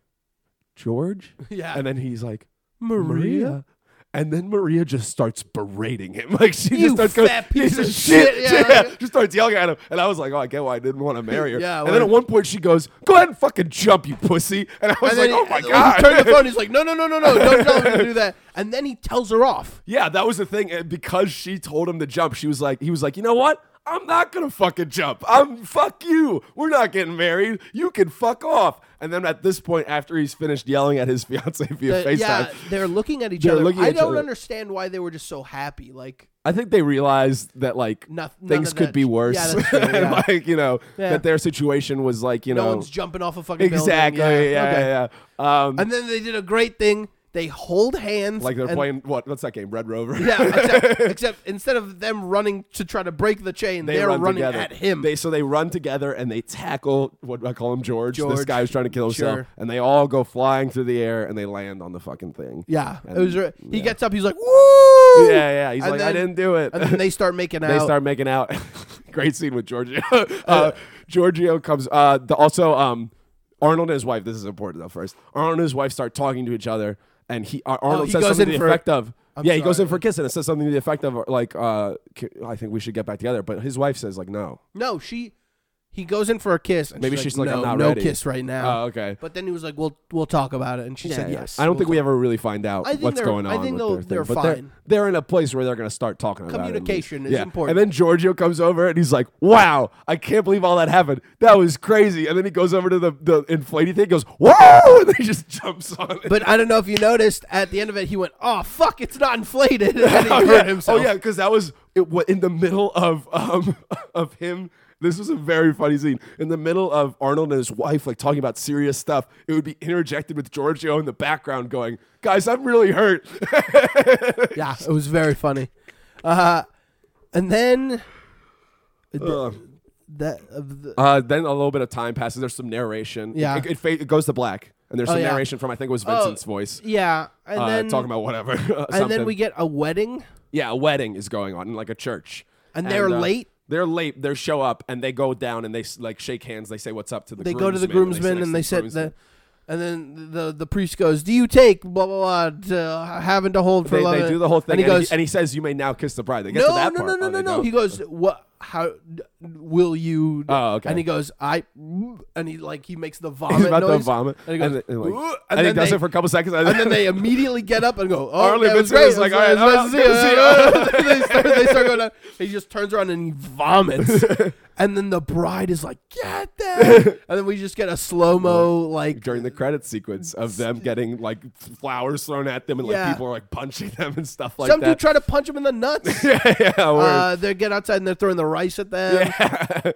George? Yeah. And then he's like, Maria? Maria? And then Maria just starts berating him. Like, she just You starts fat going, piece "Piece of shit." Yeah. Just starts yelling at him. And I was like, oh, I get why I didn't want to marry her. Yeah, and then well- at one point, she goes, go ahead and fucking jump, you pussy. And I was And like, then oh he- my when God. He turned the phone. He's like, "No, no, no, no, no! Don't tell him to do that." And then he tells her off. Yeah, that was the thing. And because she told him to jump, she was like, he was like, you know what? I'm not gonna fucking jump. I'm fuck you. We're not getting married. You can fuck off. And then at this point, after he's finished yelling at his fiance via The- FaceTime, yeah, they're looking at each They're other. looking I at each don't other. understand why they were just so happy. Like, I think they realized that like Noth- none things of could that- be yeah, worse. that's true, yeah. like you know Yeah. that their situation was like you No know one's jumping off a fucking exactly building. yeah okay. yeah, yeah. Um, And then they did a great thing. They hold hands. like they're and- playing what? What's that game? Red Rover. Yeah, except, except instead of them running to try to break the chain, They they are run running together. at him. They so they run together and they tackle what I call him George. This George. guy who's trying to kill himself, Sure. and they all go flying through the air and they land on the fucking thing. yeah, And- it was. re- He yeah. gets up. He's like, "Woo!" Yeah, yeah. He's And like, I then- didn't do it. And then they start making out. they start making out. Great scene with Giorgio. Uh, Giorgio comes. Uh, the, also, um, Arnold and his wife. This is important though. First, Arnold and his wife start talking to each other, and he Ar- Arnold Oh, he says goes something to in the for- effect of. I'm yeah, he goes sorry. in for a kiss and it says something to the effect of like, uh, "K- "I think we should get back together." But his wife says like, "No." No, she. He goes in for a kiss. And Maybe she's like, no, "I'm not no ready." kiss right now. Oh, okay. But then he was like, "We'll we'll talk about it," and she said, Yeah, yeah. "Yes." I don't we'll think we talk." ever really find out I think what's they're- going on. I with think their they'll- thing, they're but they're- fine. They're, in a place where they're going to start talking about it, at least. Communication is Yeah. important. And then Giorgio comes over and he's like, "Wow, I can't believe all that happened. That was crazy." And then he goes over to the the inflating thing, goes, "Whoa!" and he just jumps on it. But I don't know if you noticed at the end of it, he went, "Oh fuck, it's not inflated," and then he oh, hurt yeah. himself. Oh yeah, because that was it, wa- in the middle of um of him. This was a very funny scene. In the middle of Arnold and his wife like talking about serious stuff, it would be interjected with Giorgio in the background going, "Guys, I'm really hurt." yeah, it was very funny. Uh, and then Ugh. that of the, Uh, then a little bit of time passes. There's some narration. It- Yeah. it, it, fa- it goes to black, and there's Oh, some yeah. Oh, narration from I think it was Vincent's voice, yeah, and uh, then talking about whatever. and then we get a wedding. yeah, a wedding is going on in like a church, uh, And they're late? They're late. They show up and they go down and they s- like shake hands. They say what's up to the. They go to the groomsmen and they sit that the, and then the the priest goes, "Do you take blah blah blah to having to hold for They, love?" they do the whole thing, and he goes, and he says, "You may now kiss the bride." They get "No, to that no, part. no, no, Oh, no, they no." don't. He goes, "What? How d- will you?" d-" Oh, okay. And he goes, "I," and he like he makes the vomit He's about noise, to vomit, and he goes, and, and, "Ooh," like, and and he then does they- it for a couple seconds, and then they immediately get up and go, "Oh, Harley that was Benson great. is like, It was- all right, all it was nice to see you." they, start, they start going down. He just turns around and he vomits, and then the bride is like, "Get that!" And then we just get a slow mo like during the credit sequence of them getting like flowers thrown at them and Yeah. like people are like punching them and stuff like some that. dude try to punch him in the nuts. yeah, yeah, word. Uh, they get outside and they're throwing the rice at them.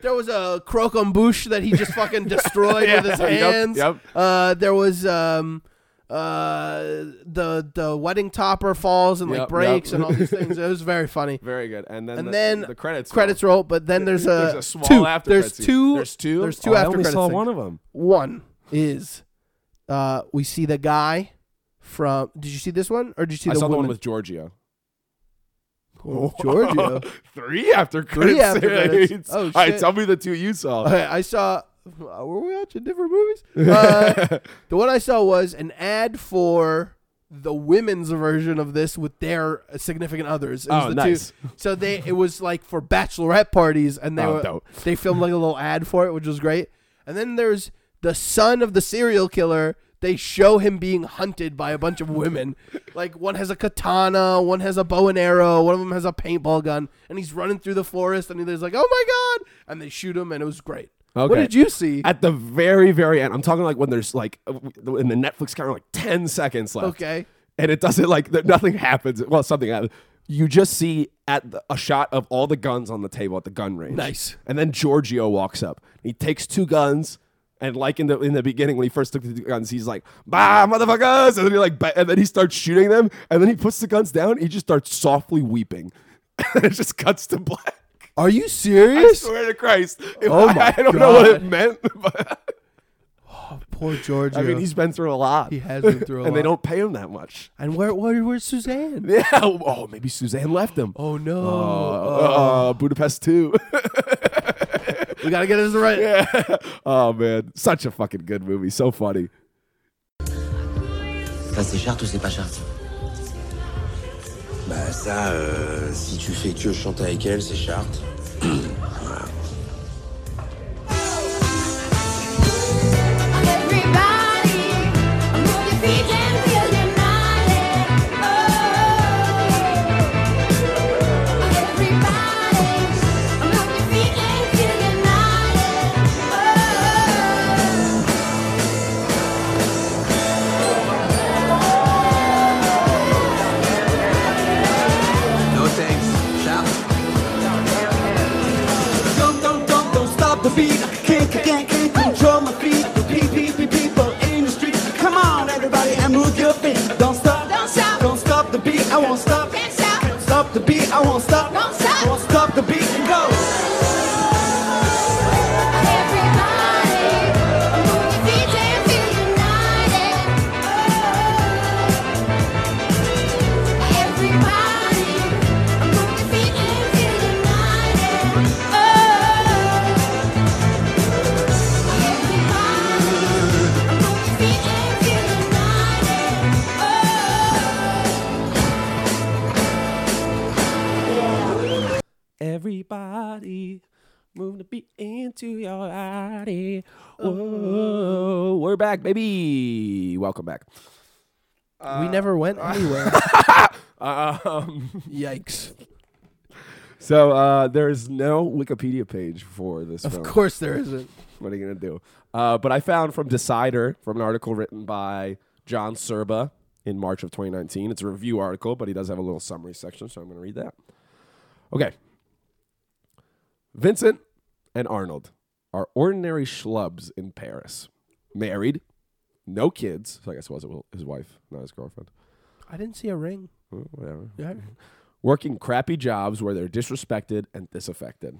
There was a croquembouche that he just fucking destroyed Yeah, with his yep, hands. yep. Uh, there was um, uh, the the wedding topper falls and like Yep, breaks yep. and all these things. It was very funny. Very good. And then and the, then the credits credits roll. roll. But then there's a, There's a small two. after there's credit scene. two. There's two. There's two Oh, after I only credits. saw thing. one of them. One is uh, we see the guy from. Did you see this one or did you see I the saw the one woman? with Giorgio. Oh, Giorgio. Three after credits. after credits. Oh, All right, shit. tell me the two you saw. Okay, I saw. Were we watching different movies? Uh, the one I saw was an ad for the women's version of this with their significant others. It was Oh, the nice. Two, so they it was like for bachelorette parties, and they Oh, were, dope. they filmed like a little ad for it, which was great. And then there's the son of the serial killer. They show him being hunted by a bunch of women. Like one has a katana, one has a bow and arrow, one of them has a paintball gun, and he's running through the forest. And he's like, "Oh my god!" And they shoot him, and it was great. What Okay. did you see? At the very, very end, I'm talking like when there's like uh, w- in the Netflix counter, like 10 seconds left. Okay. And it doesn't like, th- nothing happens. Well, something happens. You just see at the, a shot of all the guns on the table at the gun range. Nice. And then Giorgio walks up. He takes two guns. And like in the in the beginning when he first took the two guns, he's like, "Bah, motherfuckers!" And then he like, ba- and then he starts shooting them. And then he puts the guns down. He just starts softly weeping. it just cuts to black. Are you I serious? swear to Christ! If- Oh I, my I don't know what it God. meant, but Poor George. I mean, he's been through a lot. He has been through a and they lot. don't pay him that much. and where where where's Suzanne? Yeah. Oh, maybe Suzanne left him. Oh no. Uh, uh, Budapest too. we gotta get this right. oh man, such a fucking good movie. So funny. Ça c'est charte ou c'est pas charte Bah ça, euh, si tu fais que chanter avec elle, c'est charte. Everybody, move your feet and feel united. Oh, everybody, move your feet and feel united. Oh. No thanks, the beat. I can't, I can't, can't control my feet. The beat, beat, beat, people in the street. Come on, everybody, and move your feet. Don't stop, Don't stop. don't stop the beat. I won't stop, Can't stop. Can't stop the beat. I won't stop, Don't stop. won't stop the beat and go. Everybody, move your feet and feel united. Everybody, move your feet and feel united. Everybody, move your feet and feel Oh. united. Everybody, move the beat into your body. Whoa, we're back, baby. Welcome back. we never went anywhere. Um, Yikes. so uh, there is no Wikipedia page for this Of film. course there isn't. What are you gonna do? Uh, but I found from Decider from an article written by John Serba in March of 2019. It's a review article, but he does have a little summary section, so I'm gonna read that. Okay. Vincent and Arnold are ordinary schlubs in Paris, married, no kids. So I guess it was his wife, not his girlfriend. I didn't see a ring. Oh, Whatever Yeah. working crappy jobs where they're disrespected and disaffected.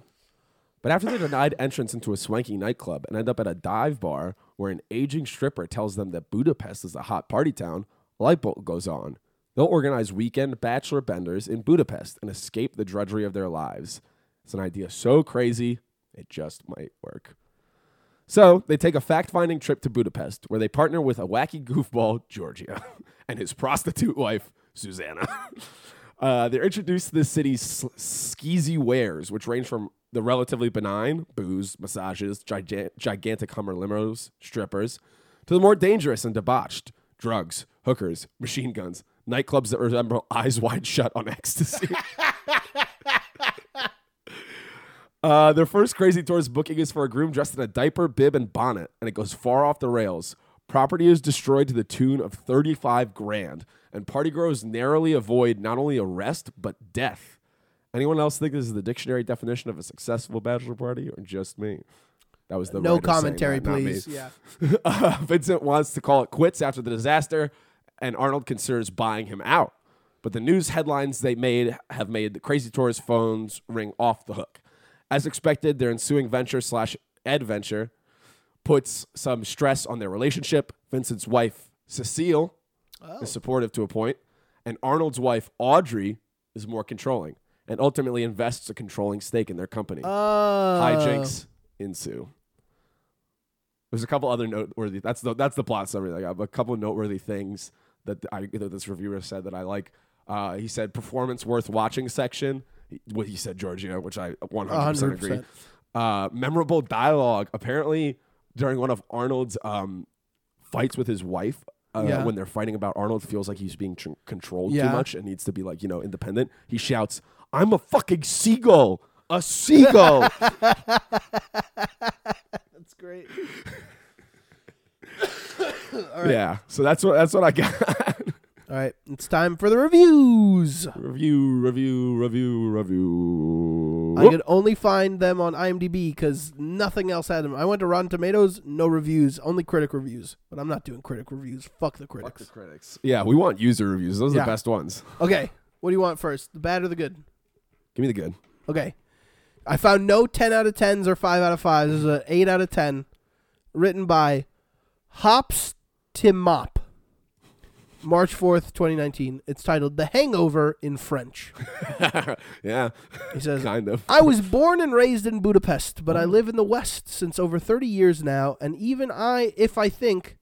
But after they're denied entrance into a swanky nightclub and end up at a dive bar where an aging stripper tells them that Budapest is a hot party town, a light bulb goes on. They'll organize weekend bachelor benders in Budapest and escape the drudgery of their lives. It's an idea so crazy, it just might work. So they take a fact finding trip to Budapest where they partner with a wacky goofball, Giorgio, and his prostitute wife, Susanna. Uh, they're introduced to the city's s- skeezy wares, which range from the relatively benign booze, massages, gigan- gigantic Hummer limos, strippers, to the more dangerous and debauched drugs, hookers, machine guns, nightclubs that resemble eyes wide shut on ecstasy. Uh, their first crazy tour's booking is for a groom dressed in a diaper, bib, and bonnet, and it goes far off the rails. Property is destroyed to the tune of 35 grand, and party growers narrowly avoid not only arrest, but death. Anyone else think this is the dictionary definition of a successful bachelor party, or just me? That was the No writer saying commentary, that, not me. please. Yeah. Uh, Vincent wants to call it quits after the disaster, and Arnold considers buying him out. But the news headlines they made have made the Crazy Tour's phones ring off the hook. As expected, their ensuing venture slash adventure puts some stress on their relationship. Vincent's wife, Cecile, is supportive to a point, and Arnold's wife, Audrey, is more controlling and ultimately invests a controlling stake in their company Uh, hijinks ensue. There's a couple other noteworthy. That's the that's the plot summary. I got a couple of noteworthy things that I that this reviewer said that I like. Uh, he said performance worth watching section. He- What he said, Giorgio, which I 100 percent agree. 100%. Uh, memorable dialogue. Apparently, during one of Arnold's um, fights with his wife, uh, Yeah. when they're fighting about Arnold, feels like he's being tr- controlled too Yeah. much and needs to be like you know independent. He shouts, "I'm a fucking seagull, a seagull." That's great. Yeah. So that's what that's what I got. All right, it's time for the reviews. review, review, review, review. I could only find them on IMDb because nothing else had them. I went to Rotten Tomatoes, no reviews, only critic reviews. But I'm not doing critic reviews. Fuck the critics. critics. Yeah, we want user reviews. Those are Yeah. the best ones. Okay, what do you want first? The bad or the good? Give me the good. Okay. I found no 10 out of 10s or 5 out of 5s. This is an 8 out of 10 written by Hops Tim Mop. March 4th, 2019. It's titled The Hangover in French. Yeah. He says, kind of. I was born and raised in Budapest, but I live in the West since over 30 years now, and even I, if I think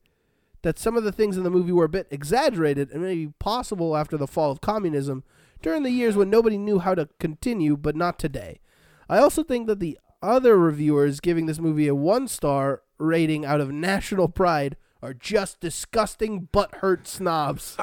that some of the things in the movie were a bit exaggerated and maybe possible after the fall of communism during the years when nobody knew how to continue, but not today. I also think that the other reviewers giving this movie a one star rating out of national pride are just disgusting butthurt snobs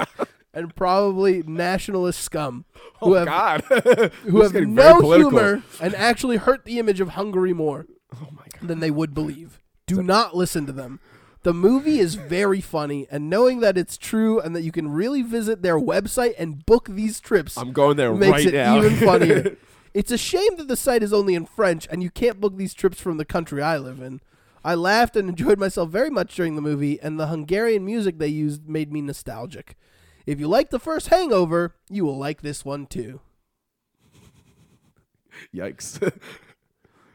and probably nationalist scum who have God. Who who have no humor and actually hurt the image of Hungary more Oh than they would believe. Do not listen to them. The movie is very funny, and knowing that it's true and that you can really visit their website and book these trips I'm going there makes right it now. even funnier. It's a shame that the site is only in French and you can't book these trips from the country I live in. I laughed and enjoyed myself very much during the movie, and the Hungarian music they used made me nostalgic. If you like the first Hangover, you will like this one too. Yikes.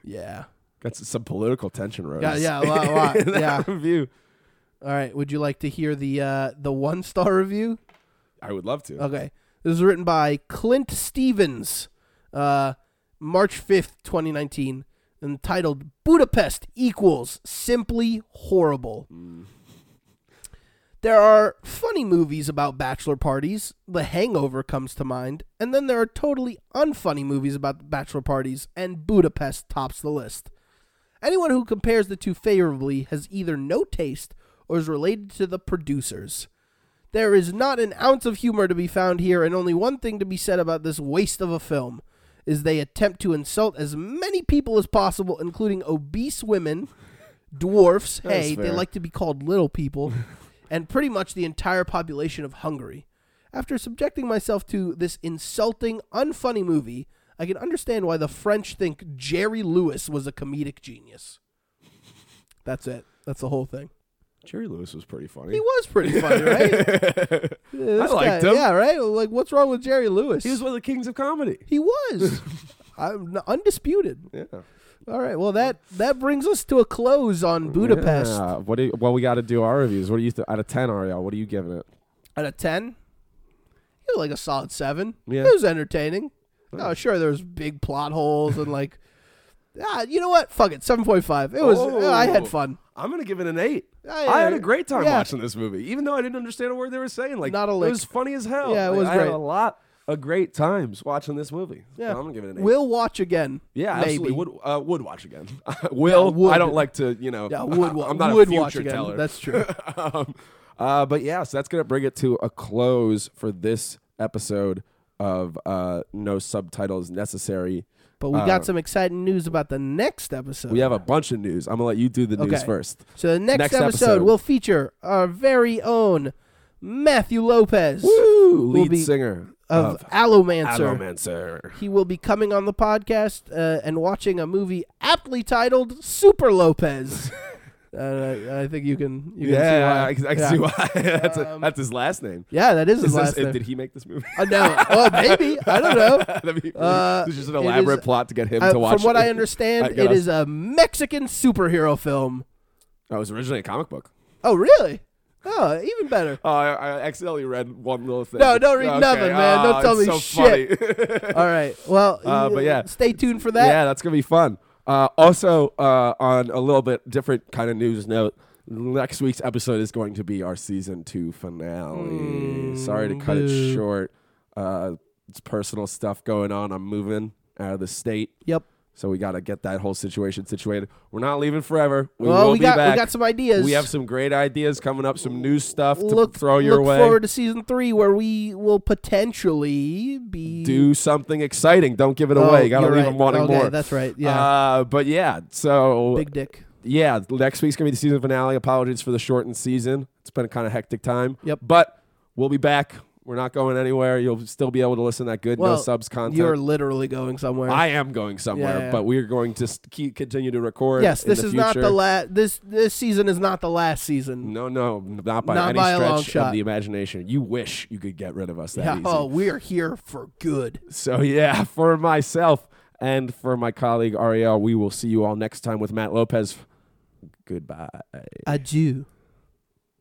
Yeah. That's some political tension, Rose. Yeah, yeah, a lot, a lot. In that yeah. Review. All right. Would you like to hear the uh, the one star review? I would love to. Okay. This was written by Clint Stevens, uh, March 5th, 2019, entitled Budapest Equals Simply Horrible. There are funny movies about bachelor parties. The Hangover comes to mind. And then there are totally unfunny movies about bachelor parties, and Budapest tops the list. Anyone who compares the two favorably has either no taste or is related to the producers. There is not an ounce of humor to be found here, and only one thing to be said about this waste of a film is they attempt to insult as many people as possible, including obese women, dwarfs, hey, they fair. like to be called little people, and pretty much the entire population of Hungary. After subjecting myself to this insulting, unfunny movie, I can understand why the French think Jerry Lewis was a comedic genius. That's it. That's the whole thing. Jerry Lewis was pretty funny. He was pretty funny, right? Yeah, this I liked guy- him. Yeah, right. Like, what's wrong with Jerry Lewis? He was one of the kings of comedy. He was. I'm n- undisputed. Yeah. All right. Well, that that brings us to a close on Budapest. Yeah. What do you, well, we got to do our reviews. What do you th- out of ten, Ariel? What are you giving it? Out of ten, it was like a solid seven. Yeah. It was entertaining. Oh, sure. There was big plot holes and like, ah, you know what? Fuck it. Seven point five. It was. uh, Oh. I had fun. I'm gonna give it an eight. I- I had a great time yeah. watching this movie, even though I didn't understand a word they were saying. Like, Not a It lick. was funny as hell. Yeah, it Like, was I great. had a lot of great times watching this movie. Yeah. So I'm gonna give it an eight. We'll watch again. yeah, maybe. absolutely. Would uh, would watch again. Will would. I don't like to you know. Yeah, would wa- I'm not would a future watch again. teller. That's true. um, uh, but yeah, so that's gonna bring it to a close for this episode of uh, no subtitles necessary. But we Uh, got some exciting news about the next episode. We have a bunch of news. I'm gonna let you do the news Okay. first. So the next, Next episode, episode. will feature our very own Matthew Lopez Woo! We'll Lead be- singer of of Allomancer. Alomancer. He will be coming on the podcast uh, and watching a movie aptly titled Super Lopez. uh, I, I think you can, you Yeah, I can see can, why. I can yeah. see why. Um, that's, a- that's his last name. Yeah, that is his Is this- last name. Did he make this movie? Uh, no. Oh, maybe. I don't know. That'd be- Uh, this is just an it elaborate is- plot to get him Uh, to watch. from what I I understand, got it us- is a Mexican superhero film. Oh, it was originally a comic book. Oh, really? Oh, even better. Oh, I, I accidentally read one little thing. No, don't read nothing, man. Don't Oh, tell it's so me shit. funny. All right. Well, Uh, but yeah. stay tuned for that. Yeah, that's gonna be fun. Uh, also, uh, on a little bit different kind of news note, next week's episode is going to be our season two finale. Mm, Sorry to cut it short. Uh, it's personal stuff going on. I'm moving out of the state, Yep. so we got to get that whole situation situated. We're not leaving forever. We Well, will we be got- we back. got some ideas. We have some great ideas coming up. Some new stuff to look throw your look way. forward to season three where we will potentially be do something exciting. Don't give it Mm. Oh, away. Gotta you're leave right. them wanting Okay, more. that's right. Yeah. Uh, but yeah, so big dick. yeah, next week's gonna be the season finale. Apologies for the shortened season. It's been a kind of hectic time. Yep. But we'll be back. We're not going anywhere. You'll still be able to listen to that good Well, no subs content. You're literally going somewhere. I am going somewhere, Yeah, yeah. but we're going to s- keep continue to record. yes, in this the is not the future. last. This this season is not the last season. No, no, not by Not any by a stretch long of shot. the imagination. You wish you could get rid of us that Yeah, easy. oh, we're here for good. So yeah, for myself and for my colleague Ariel, we will see you all next time with Matt Lopez. Goodbye. Adieu.